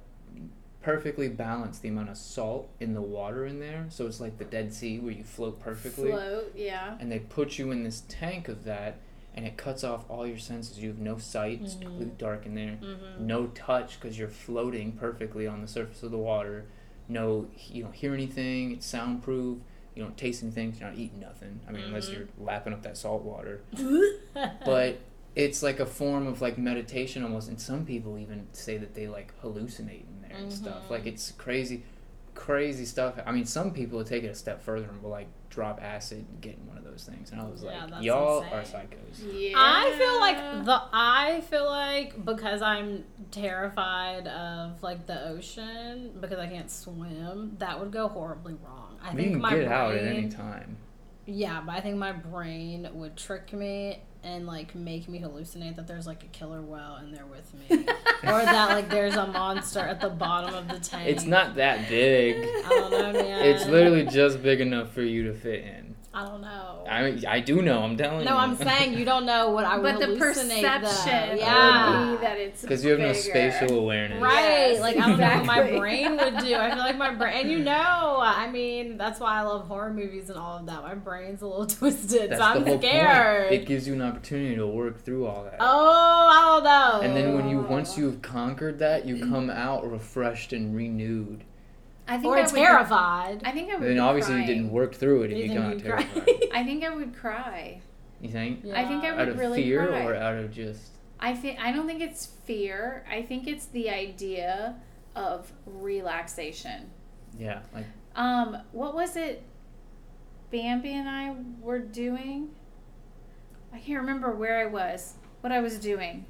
Speaker 3: perfectly balance the amount of salt in the water in there, so it's like the Dead Sea where you float perfectly.
Speaker 2: Float, yeah.
Speaker 3: And they put you in this tank of that, and it cuts off all your senses. You have no sight; it's
Speaker 4: Mhm.
Speaker 3: completely dark in there.
Speaker 4: Mm-hmm.
Speaker 3: No touch because you're floating perfectly on the surface of the water. No, you don't hear anything. It's soundproof. You don't taste anything. 'cause You're not eating nothing. I mean, unless
Speaker 4: Mhm.
Speaker 3: you're lapping up that salt water (laughs)
Speaker 4: Uh.
Speaker 3: but it's like a form of like meditation almost and some people even say that they like hallucinate in there and stuff
Speaker 4: Mhm.
Speaker 3: like it's crazy crazy stuff i mean some people take it a step further and will like drop acid and get in one of those things and i was
Speaker 4: Yeah,
Speaker 3: like
Speaker 4: that's
Speaker 3: y'all
Speaker 4: insane.
Speaker 3: are psychos
Speaker 2: Yeah.
Speaker 4: (laughs) I feel like the I feel like because I'm terrified of like the ocean because I can't swim, that would go horribly wrong. I
Speaker 3: you
Speaker 4: think
Speaker 3: can
Speaker 4: my
Speaker 3: get
Speaker 4: brain,
Speaker 3: out at any time
Speaker 4: Yeah, but I think my brain would trick me and like make me hallucinate that there's like a killer whale in there with
Speaker 3: (laughs)
Speaker 4: me. or that like there's a monster at the bottom of the tank.
Speaker 3: it's not that
Speaker 4: (laughs)
Speaker 3: big
Speaker 4: I don't know,
Speaker 3: (laughs)
Speaker 4: man.
Speaker 3: it's literally just big enough for you to fit in
Speaker 4: I don't know.
Speaker 3: i i do know i'm telling you
Speaker 4: no, I'm saying
Speaker 3: (laughs)
Speaker 4: you don't know what I would
Speaker 2: but the
Speaker 4: hallucinate.
Speaker 2: perception
Speaker 4: though.
Speaker 2: would
Speaker 4: yeah.
Speaker 2: be that it's
Speaker 3: because you have no
Speaker 2: bigger.
Speaker 3: spatial awareness
Speaker 4: Right,
Speaker 2: Yes,
Speaker 4: like I don't know what my
Speaker 2: exactly.
Speaker 4: brain would do. I feel like my
Speaker 3: (laughs)
Speaker 4: brain, and you know, I mean, that's why I love horror movies and all of that. My brain's a little (laughs) twisted,
Speaker 3: that's
Speaker 4: so I'm
Speaker 3: the whole
Speaker 4: scared.
Speaker 3: point it gives you an opportunity to work through all that
Speaker 4: Oh, I don't know.
Speaker 3: And then when you once you've conquered that, you come out refreshed and renewed.
Speaker 2: I think I
Speaker 4: or
Speaker 2: would be-
Speaker 4: terrified,
Speaker 2: I think I would.
Speaker 3: And then
Speaker 2: be
Speaker 3: obviously
Speaker 2: crying.
Speaker 3: you didn't work through it and
Speaker 4: You
Speaker 3: you,
Speaker 4: think
Speaker 3: got
Speaker 4: you'd cry?
Speaker 3: terrified.
Speaker 2: (laughs)
Speaker 4: (laughs)
Speaker 2: I think I would cry.
Speaker 3: You think?
Speaker 4: Yeah.
Speaker 2: I think I
Speaker 3: Out
Speaker 2: would
Speaker 3: of
Speaker 2: really
Speaker 3: fear
Speaker 2: cry.
Speaker 3: or out of just
Speaker 2: I think I don't think it's fear. I think it's the idea of relaxation.
Speaker 3: yeah, like
Speaker 2: Um, what was it? Bambi and I were doing. I can't remember where I was. What I was doing.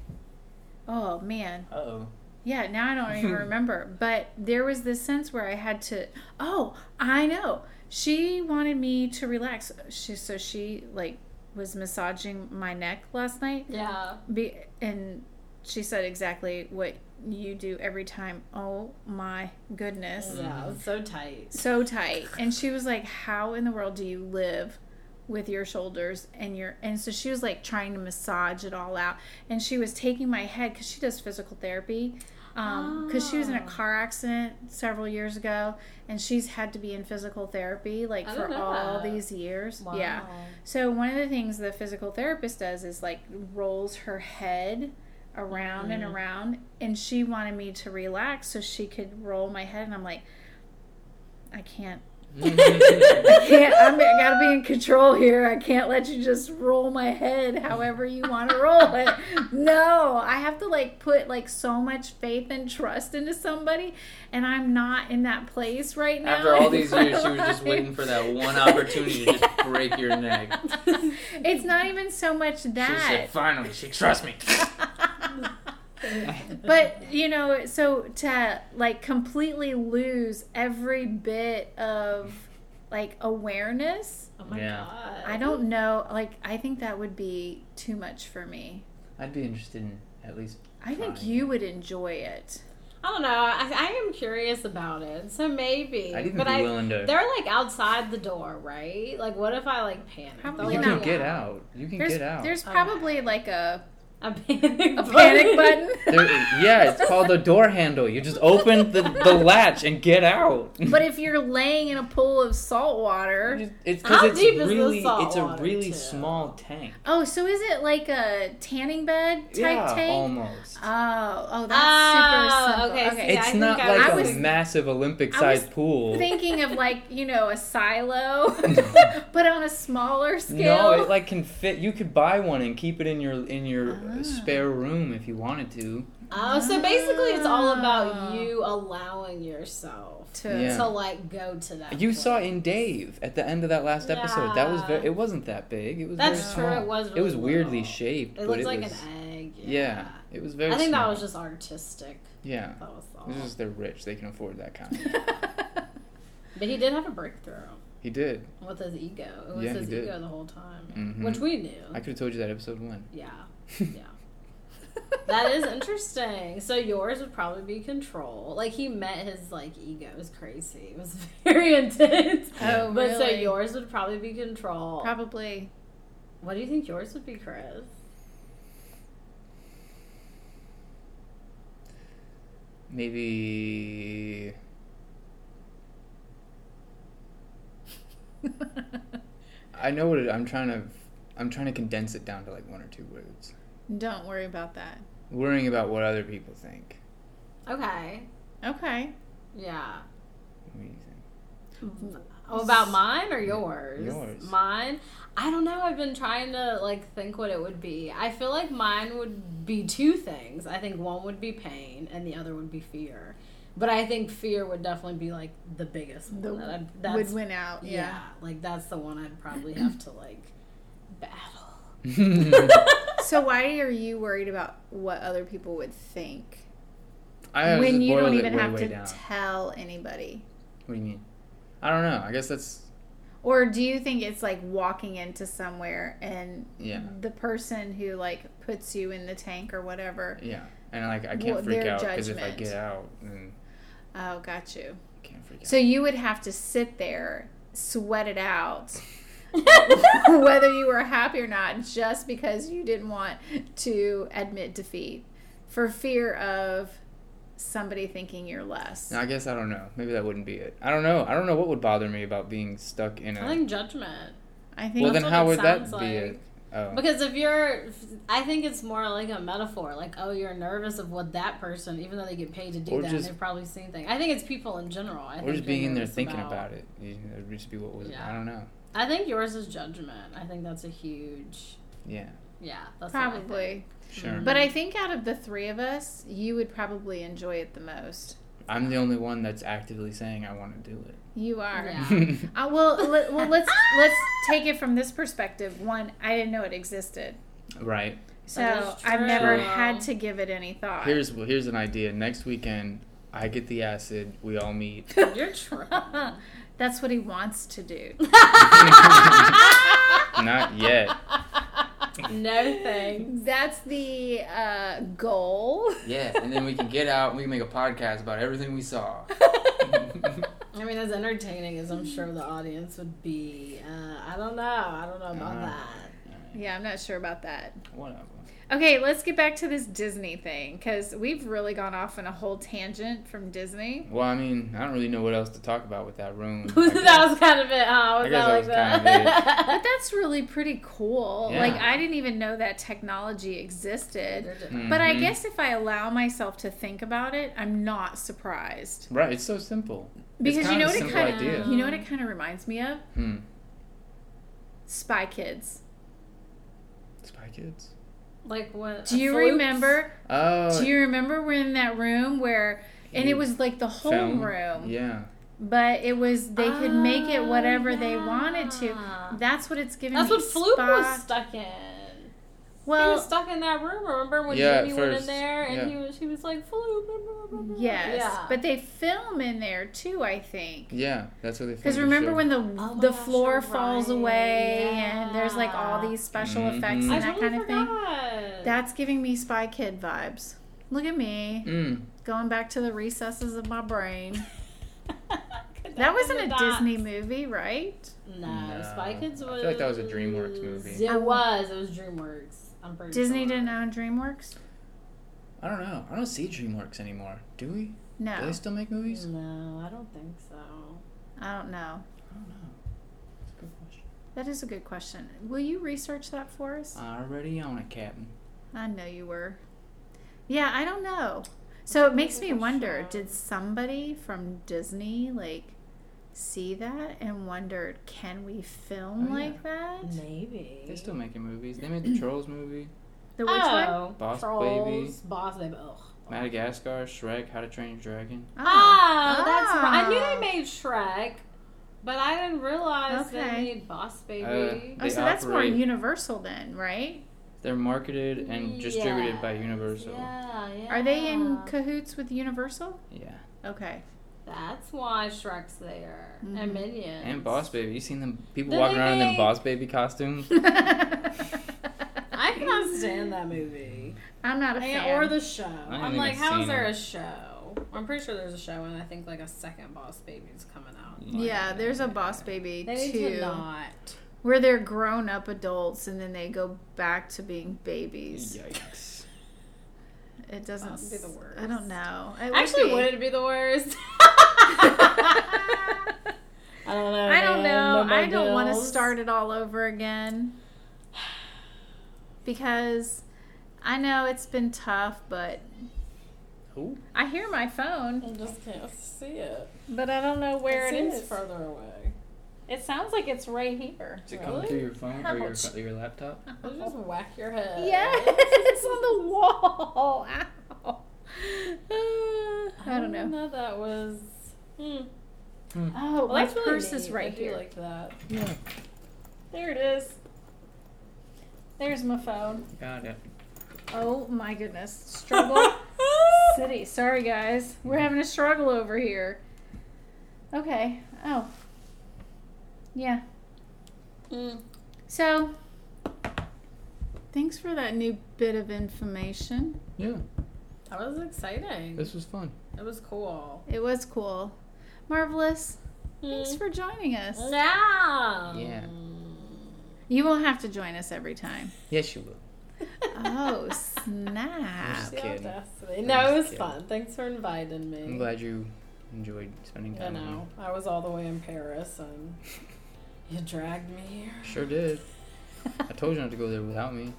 Speaker 2: Oh man.
Speaker 3: uh (laughs) oh.
Speaker 2: Yeah, now I don't even remember. But there was this sense where I had to. Oh, I know. She wanted me to relax. She so she like was massaging my neck last night.
Speaker 4: Yeah.
Speaker 2: Be, and she said exactly what you do every time. Oh my goodness,
Speaker 4: Yeah,
Speaker 3: Mm-hmm.
Speaker 4: it's so tight.
Speaker 2: so tight. And she was like, "How in the world do you live?" with your shoulders and your and so she was like trying to massage it all out and she was taking my head because she does physical therapy um because she was in a
Speaker 4: Oh.
Speaker 2: car accident several years ago and she's had to be in physical therapy like
Speaker 4: I
Speaker 2: for
Speaker 4: didn't know
Speaker 2: all
Speaker 4: that.
Speaker 2: these years
Speaker 4: Wow. (laughs)
Speaker 2: yeah so one of the things the physical therapist does is like rolls her head around and
Speaker 3: Mm.
Speaker 2: around and she wanted me to relax so she could roll my head and I'm like I can't I can't I'm, I gotta be in control here. I can't let you just roll my head however you want to roll
Speaker 3: (laughs)
Speaker 2: it. No, I have to like put like so much faith and trust into somebody, and I'm not in that place right now.
Speaker 3: After all
Speaker 2: in
Speaker 3: these
Speaker 2: my
Speaker 3: years, she was just
Speaker 2: life.
Speaker 3: waiting for that one opportunity to just break
Speaker 2: (laughs)
Speaker 3: your neck.
Speaker 2: It's not even so much
Speaker 3: She said,
Speaker 2: that.
Speaker 3: "Finally, she trusts
Speaker 4: (laughs)
Speaker 3: me."
Speaker 2: but you know so to like completely lose every bit of like awareness
Speaker 4: Oh my
Speaker 3: Yeah.
Speaker 4: god.
Speaker 2: i don't know like i think that would be too much for me
Speaker 3: I'd be interested in at least.
Speaker 2: i think
Speaker 3: Fine.
Speaker 2: you would enjoy it
Speaker 4: I don't know. I, I am curious about it, so maybe.
Speaker 3: I'd even
Speaker 4: but
Speaker 3: be
Speaker 4: I,
Speaker 3: willing to.
Speaker 4: they're like outside the door, right? Like, what if I like panic?
Speaker 2: Probably
Speaker 4: They'll
Speaker 3: You
Speaker 4: let
Speaker 2: not.
Speaker 3: can
Speaker 4: me
Speaker 3: get out. You can
Speaker 2: there's,
Speaker 3: get out.
Speaker 2: there's
Speaker 4: All
Speaker 2: probably like a
Speaker 4: A panic (laughs)
Speaker 2: A panic button.
Speaker 3: (laughs) There,
Speaker 2: (laughs)
Speaker 3: yeah, it's called the door handle. You just open the,
Speaker 4: (laughs)
Speaker 3: the latch and get out. (laughs)
Speaker 2: But if you're laying in a pool of salt water,
Speaker 3: It's because
Speaker 4: How
Speaker 3: it's
Speaker 4: deep is the
Speaker 3: really
Speaker 4: salt
Speaker 3: it's a
Speaker 4: water,
Speaker 3: really
Speaker 4: too?
Speaker 3: small tank.
Speaker 2: oh, so is it like a tanning bed type
Speaker 3: yeah,
Speaker 2: tank?
Speaker 3: almost.
Speaker 4: Um,
Speaker 2: Oh, oh, that's
Speaker 4: Oh,
Speaker 2: super simple.
Speaker 4: okay,
Speaker 2: Okay,
Speaker 4: see, I
Speaker 3: it's
Speaker 4: think
Speaker 3: not
Speaker 4: I
Speaker 3: like a
Speaker 2: was-
Speaker 3: massive Olympic-sized
Speaker 2: (laughs)
Speaker 3: pool.
Speaker 2: thinking of like you know a
Speaker 3: (laughs)
Speaker 2: silo, but on a smaller scale.
Speaker 3: No, it like can fit. You could buy one and keep it in your in your
Speaker 2: Ah.
Speaker 3: spare room if you wanted to.
Speaker 4: Oh, so basically, it's all about
Speaker 2: Oh.
Speaker 4: you allowing yourself
Speaker 2: to,
Speaker 3: Yeah.
Speaker 4: to like go to that.
Speaker 3: You
Speaker 4: point.
Speaker 3: saw in Dave at the end of that last episode. That was
Speaker 4: Yeah.
Speaker 3: very. It wasn't that big. It was. very
Speaker 4: That's true.
Speaker 3: small.
Speaker 4: It was.
Speaker 3: It was
Speaker 4: really
Speaker 3: weirdly
Speaker 4: little.
Speaker 3: shaped. but
Speaker 4: It looked
Speaker 3: it
Speaker 4: like
Speaker 3: was,
Speaker 4: an egg.
Speaker 3: Yeah. It was very.
Speaker 4: I think that
Speaker 3: small.
Speaker 4: was just artistic.
Speaker 3: Yeah.
Speaker 4: That was all.
Speaker 3: It's just they're rich. They can afford that kind.
Speaker 4: But he did have a breakthrough
Speaker 3: he did.
Speaker 4: with his ego. It was
Speaker 3: Yeah, he
Speaker 4: his
Speaker 3: did.
Speaker 4: ego the whole time,
Speaker 3: Mhm.
Speaker 4: which we knew.
Speaker 3: I could have told you that episode one.
Speaker 4: yeah,
Speaker 3: (laughs)
Speaker 4: yeah. (laughs) that is (laughs) interesting. So yours would probably be control. Like he met his like ego. It was crazy. It was (laughs) very intense.
Speaker 2: (laughs) Oh,
Speaker 4: But so
Speaker 2: really?
Speaker 4: yours would probably be control.
Speaker 2: Probably.
Speaker 4: (laughs) What do you think yours would be, Chris?
Speaker 3: Maybe I know what it, I'm trying to. I'm trying to condense it down to like one or two words.
Speaker 2: Don't worry about that.
Speaker 3: Worrying about what other people think.
Speaker 4: Okay.
Speaker 2: Okay.
Speaker 4: Yeah.
Speaker 3: What do you think?
Speaker 4: Oh, about mine or yours?
Speaker 3: Yours.
Speaker 4: Mine. I don't know. I've been trying to like think what it would be. I feel like mine would be two things. I think one would be pain and the other would be fear. But I think fear would definitely be like the biggest one.
Speaker 2: The
Speaker 4: that I'd, that's,
Speaker 2: Would win out.
Speaker 4: yeah.
Speaker 2: Yeah.
Speaker 4: Like that's the one I'd probably have to like battle.
Speaker 2: (laughs) So why are you worried about what other people would think
Speaker 3: I
Speaker 2: when
Speaker 3: just
Speaker 2: you
Speaker 3: boiled
Speaker 2: don't
Speaker 3: it
Speaker 2: even
Speaker 3: way,
Speaker 2: have
Speaker 3: way
Speaker 2: to
Speaker 3: down.
Speaker 2: tell anybody?
Speaker 3: What do you mean? I don't know. I guess that's
Speaker 2: Or do you think it's like walking into somewhere and
Speaker 3: yeah,
Speaker 2: the person who like puts you in the tank or whatever?
Speaker 3: yeah. And like I can't
Speaker 2: Well,
Speaker 3: freak
Speaker 2: their
Speaker 3: out because if I
Speaker 2: judgment.
Speaker 3: get out, then
Speaker 2: Oh, got you.
Speaker 3: I can't freak
Speaker 2: So you would have to sit there, sweat it
Speaker 4: (laughs)
Speaker 2: out,
Speaker 4: Wait,
Speaker 2: whether you were happy or not, just because you didn't want to admit defeat for fear of somebody thinking you're less.
Speaker 3: out. No, I guess I don't know. Maybe that wouldn't be it. I don't know. I don't know what would bother me about being stuck in
Speaker 4: I
Speaker 3: a.
Speaker 4: think judgment.
Speaker 2: I think
Speaker 3: Well, then
Speaker 4: that's
Speaker 3: how
Speaker 4: what
Speaker 3: would
Speaker 4: it
Speaker 3: that
Speaker 4: sounds
Speaker 3: be
Speaker 4: like.
Speaker 3: it? Oh,
Speaker 4: Because if you're, I think it's more like a metaphor. Like, oh, you're nervous of what that person, even though they get paid to do
Speaker 3: Or
Speaker 4: that,
Speaker 3: just-
Speaker 4: they've probably seen things. I think it's people in general. I
Speaker 3: or
Speaker 4: think
Speaker 3: just
Speaker 4: they're
Speaker 3: being in there
Speaker 4: nervous
Speaker 3: thinking about, it. You know, it'd just be what was.
Speaker 4: Yeah.
Speaker 3: I don't know.
Speaker 4: I think yours is judgment. I think that's a huge,
Speaker 3: Yeah,
Speaker 4: yeah, that's what I think.
Speaker 2: probably.
Speaker 3: sure.
Speaker 2: But I think out of the three of us, you would probably enjoy it the most.
Speaker 3: I'm the only one that's actively saying I want to do
Speaker 2: You are.
Speaker 4: Yeah.
Speaker 3: it.
Speaker 2: Uh, well, let, well,
Speaker 4: (laughs)
Speaker 2: let's let's take it from this perspective. One, I didn't know it existed,
Speaker 3: (laughs) right.
Speaker 2: so
Speaker 4: That is
Speaker 2: I've never
Speaker 4: true.
Speaker 2: had to give it any thought.
Speaker 3: Here's here's an idea. Next weekend, I get the acid. We all
Speaker 2: (laughs)
Speaker 3: meet.
Speaker 4: You're true.
Speaker 2: That's what he wants to
Speaker 3: (laughs)
Speaker 2: do.
Speaker 3: Not yet.
Speaker 4: (laughs) no thanks.
Speaker 2: That's the uh, goal.
Speaker 1: Yeah, and then we can get out and we can make a podcast about everything we saw.
Speaker 4: I mean, as entertaining as I'm sure the audience would be, uh, I don't know. I don't know about
Speaker 3: Uh,
Speaker 4: that.
Speaker 2: (laughs)
Speaker 4: (laughs)
Speaker 2: yeah, I'm not sure about that.
Speaker 3: Whatever.
Speaker 2: Okay, let's get back to this Disney thing because we've really gone off on a whole tangent from Disney.
Speaker 3: Well, I mean, I don't really know what else to talk about with
Speaker 2: (laughs)
Speaker 3: that room.
Speaker 4: that was kind of it, huh? Was
Speaker 3: I guess
Speaker 4: that
Speaker 3: that
Speaker 4: like
Speaker 3: was
Speaker 4: that?
Speaker 3: kind
Speaker 2: But that's really pretty cool.
Speaker 3: Yeah.
Speaker 2: Like, I didn't even know that technology existed.
Speaker 4: They're different.
Speaker 3: Mhm.
Speaker 2: But I guess if I allow myself to think about it, I'm not surprised.
Speaker 3: Right. It's so simple.
Speaker 2: Because you
Speaker 3: kind
Speaker 2: know
Speaker 3: of a
Speaker 2: what it
Speaker 3: simple
Speaker 2: kind
Speaker 3: idea.
Speaker 2: of you know what it kind of reminds me of?
Speaker 3: Hmm.
Speaker 2: Spy Kids.
Speaker 3: Spy Kids.
Speaker 4: (laughs) Like what?
Speaker 2: Do you
Speaker 4: Flukes?
Speaker 2: remember?
Speaker 3: Oh.
Speaker 2: Do you remember we're in that room where and it was like the whole
Speaker 3: film.
Speaker 2: room.
Speaker 3: Yeah.
Speaker 2: But it was they could make it whatever they wanted to.
Speaker 4: Ah.
Speaker 2: That's what it's giving
Speaker 4: That's
Speaker 2: me.
Speaker 4: what Fluke
Speaker 2: Spock-
Speaker 4: was stuck in. he
Speaker 2: Well,
Speaker 4: was stuck in that room. Remember when
Speaker 3: Yeah, at
Speaker 4: Jamie went in
Speaker 3: first,
Speaker 4: there and
Speaker 3: yeah.
Speaker 4: he was he was like Fluke. blah, blah, blah, blah, blah."
Speaker 2: yes,
Speaker 4: Yeah.
Speaker 2: but they film in there too, I think.
Speaker 3: Yeah. That's what they.
Speaker 2: Because
Speaker 3: filmed the
Speaker 2: remember
Speaker 3: show.
Speaker 2: when the
Speaker 4: Oh my
Speaker 2: the
Speaker 4: gosh,
Speaker 2: floor
Speaker 4: you're
Speaker 2: falls
Speaker 4: right.
Speaker 2: away and there's like all
Speaker 4: Yeah.
Speaker 2: these special
Speaker 3: Mhm.
Speaker 2: effects and
Speaker 4: Mm-hmm. I
Speaker 2: that
Speaker 4: totally
Speaker 2: kind of thing.
Speaker 4: forgot. (laughs)
Speaker 2: That's giving me Spy Kid vibes. Look at me
Speaker 3: Mm.
Speaker 2: going back to the recesses of my brain. That
Speaker 4: Connecting
Speaker 2: wasn't
Speaker 4: the
Speaker 2: a
Speaker 4: dots.
Speaker 2: Disney movie, right?
Speaker 4: No,
Speaker 3: No.
Speaker 4: Spy Kids
Speaker 3: I
Speaker 4: was.
Speaker 3: feel like that was a DreamWorks movie.
Speaker 4: It was. It was DreamWorks. I'm pretty
Speaker 2: Um, Disney
Speaker 4: sure.
Speaker 2: didn't own DreamWorks.
Speaker 3: I don't know. I don't see DreamWorks anymore. Do we? Do
Speaker 2: No,
Speaker 3: they still make movies?
Speaker 4: No, I don't think so.
Speaker 2: I don't know.
Speaker 3: I don't know. It's a good question.
Speaker 2: That is a good question. Will you research that for us?
Speaker 3: I already own it, Captain.
Speaker 2: I know you were. Yeah, I don't know. So it makes me
Speaker 4: For
Speaker 2: wonder
Speaker 4: sure.
Speaker 2: did somebody from Disney like see that and wondered can we film
Speaker 3: Oh, yeah.
Speaker 2: like that?
Speaker 4: Maybe.
Speaker 3: They're still making movies. They made the Trolls movie,
Speaker 2: The which one?
Speaker 4: oh,
Speaker 3: Boss
Speaker 4: Trolls,
Speaker 3: Baby.
Speaker 4: Boss Baby. Ugh.
Speaker 3: Madagascar, Shrek, How to Train Your Dragon.
Speaker 2: Oh.
Speaker 4: Ah, that's right. I knew
Speaker 2: Ah.
Speaker 4: they made Shrek, but I didn't realize
Speaker 2: Okay.
Speaker 4: they made Boss Baby.
Speaker 2: Oh,
Speaker 3: They
Speaker 2: so that's more
Speaker 3: operate-
Speaker 2: universal then, right?
Speaker 3: They're marketed and distributed by
Speaker 4: Yes,
Speaker 3: Universal.
Speaker 4: Yeah, yeah.
Speaker 2: Are they in cahoots with Universal?
Speaker 3: Yeah.
Speaker 2: Okay.
Speaker 4: That's why Shrek's there and
Speaker 2: Mhm.
Speaker 4: Minions
Speaker 3: And Boss Baby. You seen them people
Speaker 4: Then
Speaker 3: walking
Speaker 4: they
Speaker 3: around in them
Speaker 4: made-
Speaker 3: Boss Baby costumes?
Speaker 4: (laughs) I
Speaker 2: I
Speaker 4: cannot stand that movie
Speaker 2: I'm not a
Speaker 4: And-
Speaker 2: fan.
Speaker 4: or the show.
Speaker 3: haven't
Speaker 4: I'm like,
Speaker 3: even
Speaker 4: how
Speaker 3: seen
Speaker 4: is there
Speaker 3: it.
Speaker 4: a show? I'm pretty sure there's a show, and I think like a second Boss Baby's coming out.
Speaker 2: (laughs) yeah, there's a Boss Baby
Speaker 4: They need
Speaker 2: too.
Speaker 4: to not.
Speaker 2: where they're grown up adults and then they go back to being babies.
Speaker 3: Yikes.
Speaker 2: It doesn't.
Speaker 4: That would be the worst.
Speaker 2: I don't know. It
Speaker 4: Actually,
Speaker 2: be.
Speaker 4: would it be the worst? (laughs)
Speaker 2: I
Speaker 4: I don't
Speaker 2: don't
Speaker 4: know. man.
Speaker 2: know.
Speaker 4: No
Speaker 2: (laughs)
Speaker 4: more
Speaker 2: I don't want to
Speaker 4: deals.
Speaker 2: start it all over again because I know it's been tough, but
Speaker 3: Who?
Speaker 2: I hear my phone,
Speaker 4: I just can't see it.
Speaker 2: but I don't know where
Speaker 4: It's
Speaker 2: it is.
Speaker 4: further away.
Speaker 2: It sounds like it's right here.
Speaker 3: Is it coming through your phone or your, your laptop?
Speaker 2: Uh-huh.
Speaker 4: You just whack your head.
Speaker 2: Yes, it's (laughs) on the wall. Ow. Uh, I don't know.
Speaker 4: know. That was. Hmm.
Speaker 2: Oh,
Speaker 4: Well,
Speaker 2: my
Speaker 4: that's really
Speaker 2: purse is
Speaker 4: neat.
Speaker 2: right
Speaker 4: I do
Speaker 2: here.
Speaker 4: like that.
Speaker 3: Yeah.
Speaker 2: There it is. There's my phone.
Speaker 3: Got it.
Speaker 2: Oh my goodness. (laughs) Struggle City. Sorry guys. We're having a struggle over here. Okay. Oh. Yeah. Hmm.
Speaker 4: Mm.
Speaker 2: So thanks for that new bit of information.
Speaker 3: Yeah,
Speaker 4: That was exciting.
Speaker 3: this was fun.
Speaker 4: It was cool.
Speaker 2: It was cool. Marvelous. Thanks
Speaker 4: Mm.
Speaker 2: for joining us.
Speaker 4: Yeah. (laughs)
Speaker 3: Yeah.
Speaker 2: You won't have to join us every time.
Speaker 3: Yes, you will.
Speaker 2: Oh, (laughs) snap.
Speaker 4: The
Speaker 3: Kidding.
Speaker 4: audacity. No, it was
Speaker 3: kidding.
Speaker 4: fun. Thanks for inviting me.
Speaker 3: I'm glad you enjoyed spending
Speaker 4: I
Speaker 3: time with me.
Speaker 4: know. I was all the way in Paris and you dragged me here.
Speaker 3: Sure did. I told you not to go there without me.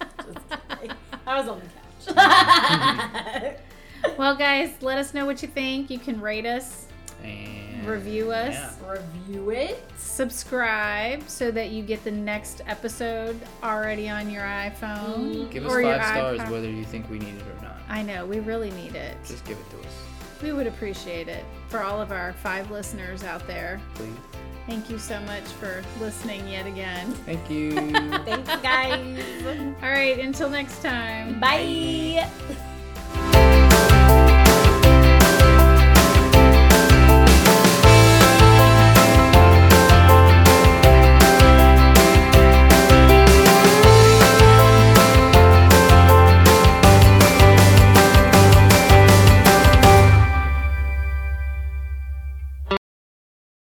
Speaker 4: I was on the couch.
Speaker 2: (laughs) Well, guys, let us know what you think. You can rate us,
Speaker 3: And
Speaker 2: Review us.
Speaker 3: yeah.
Speaker 4: Review it.
Speaker 2: subscribe so that you get the next episode already on your iPhone.
Speaker 3: Mm-hmm. Give us
Speaker 2: or your
Speaker 3: five stars
Speaker 2: iPod.
Speaker 3: whether you think we need it or not.
Speaker 2: I know, we really need it.
Speaker 3: Just give it to us,
Speaker 2: We would appreciate it for all of our five listeners out there.
Speaker 3: please.
Speaker 2: Thank you so much for listening yet again.
Speaker 3: Thank you.
Speaker 2: (laughs)
Speaker 4: Thanks, guys.
Speaker 2: All right, until next time.
Speaker 4: Bye.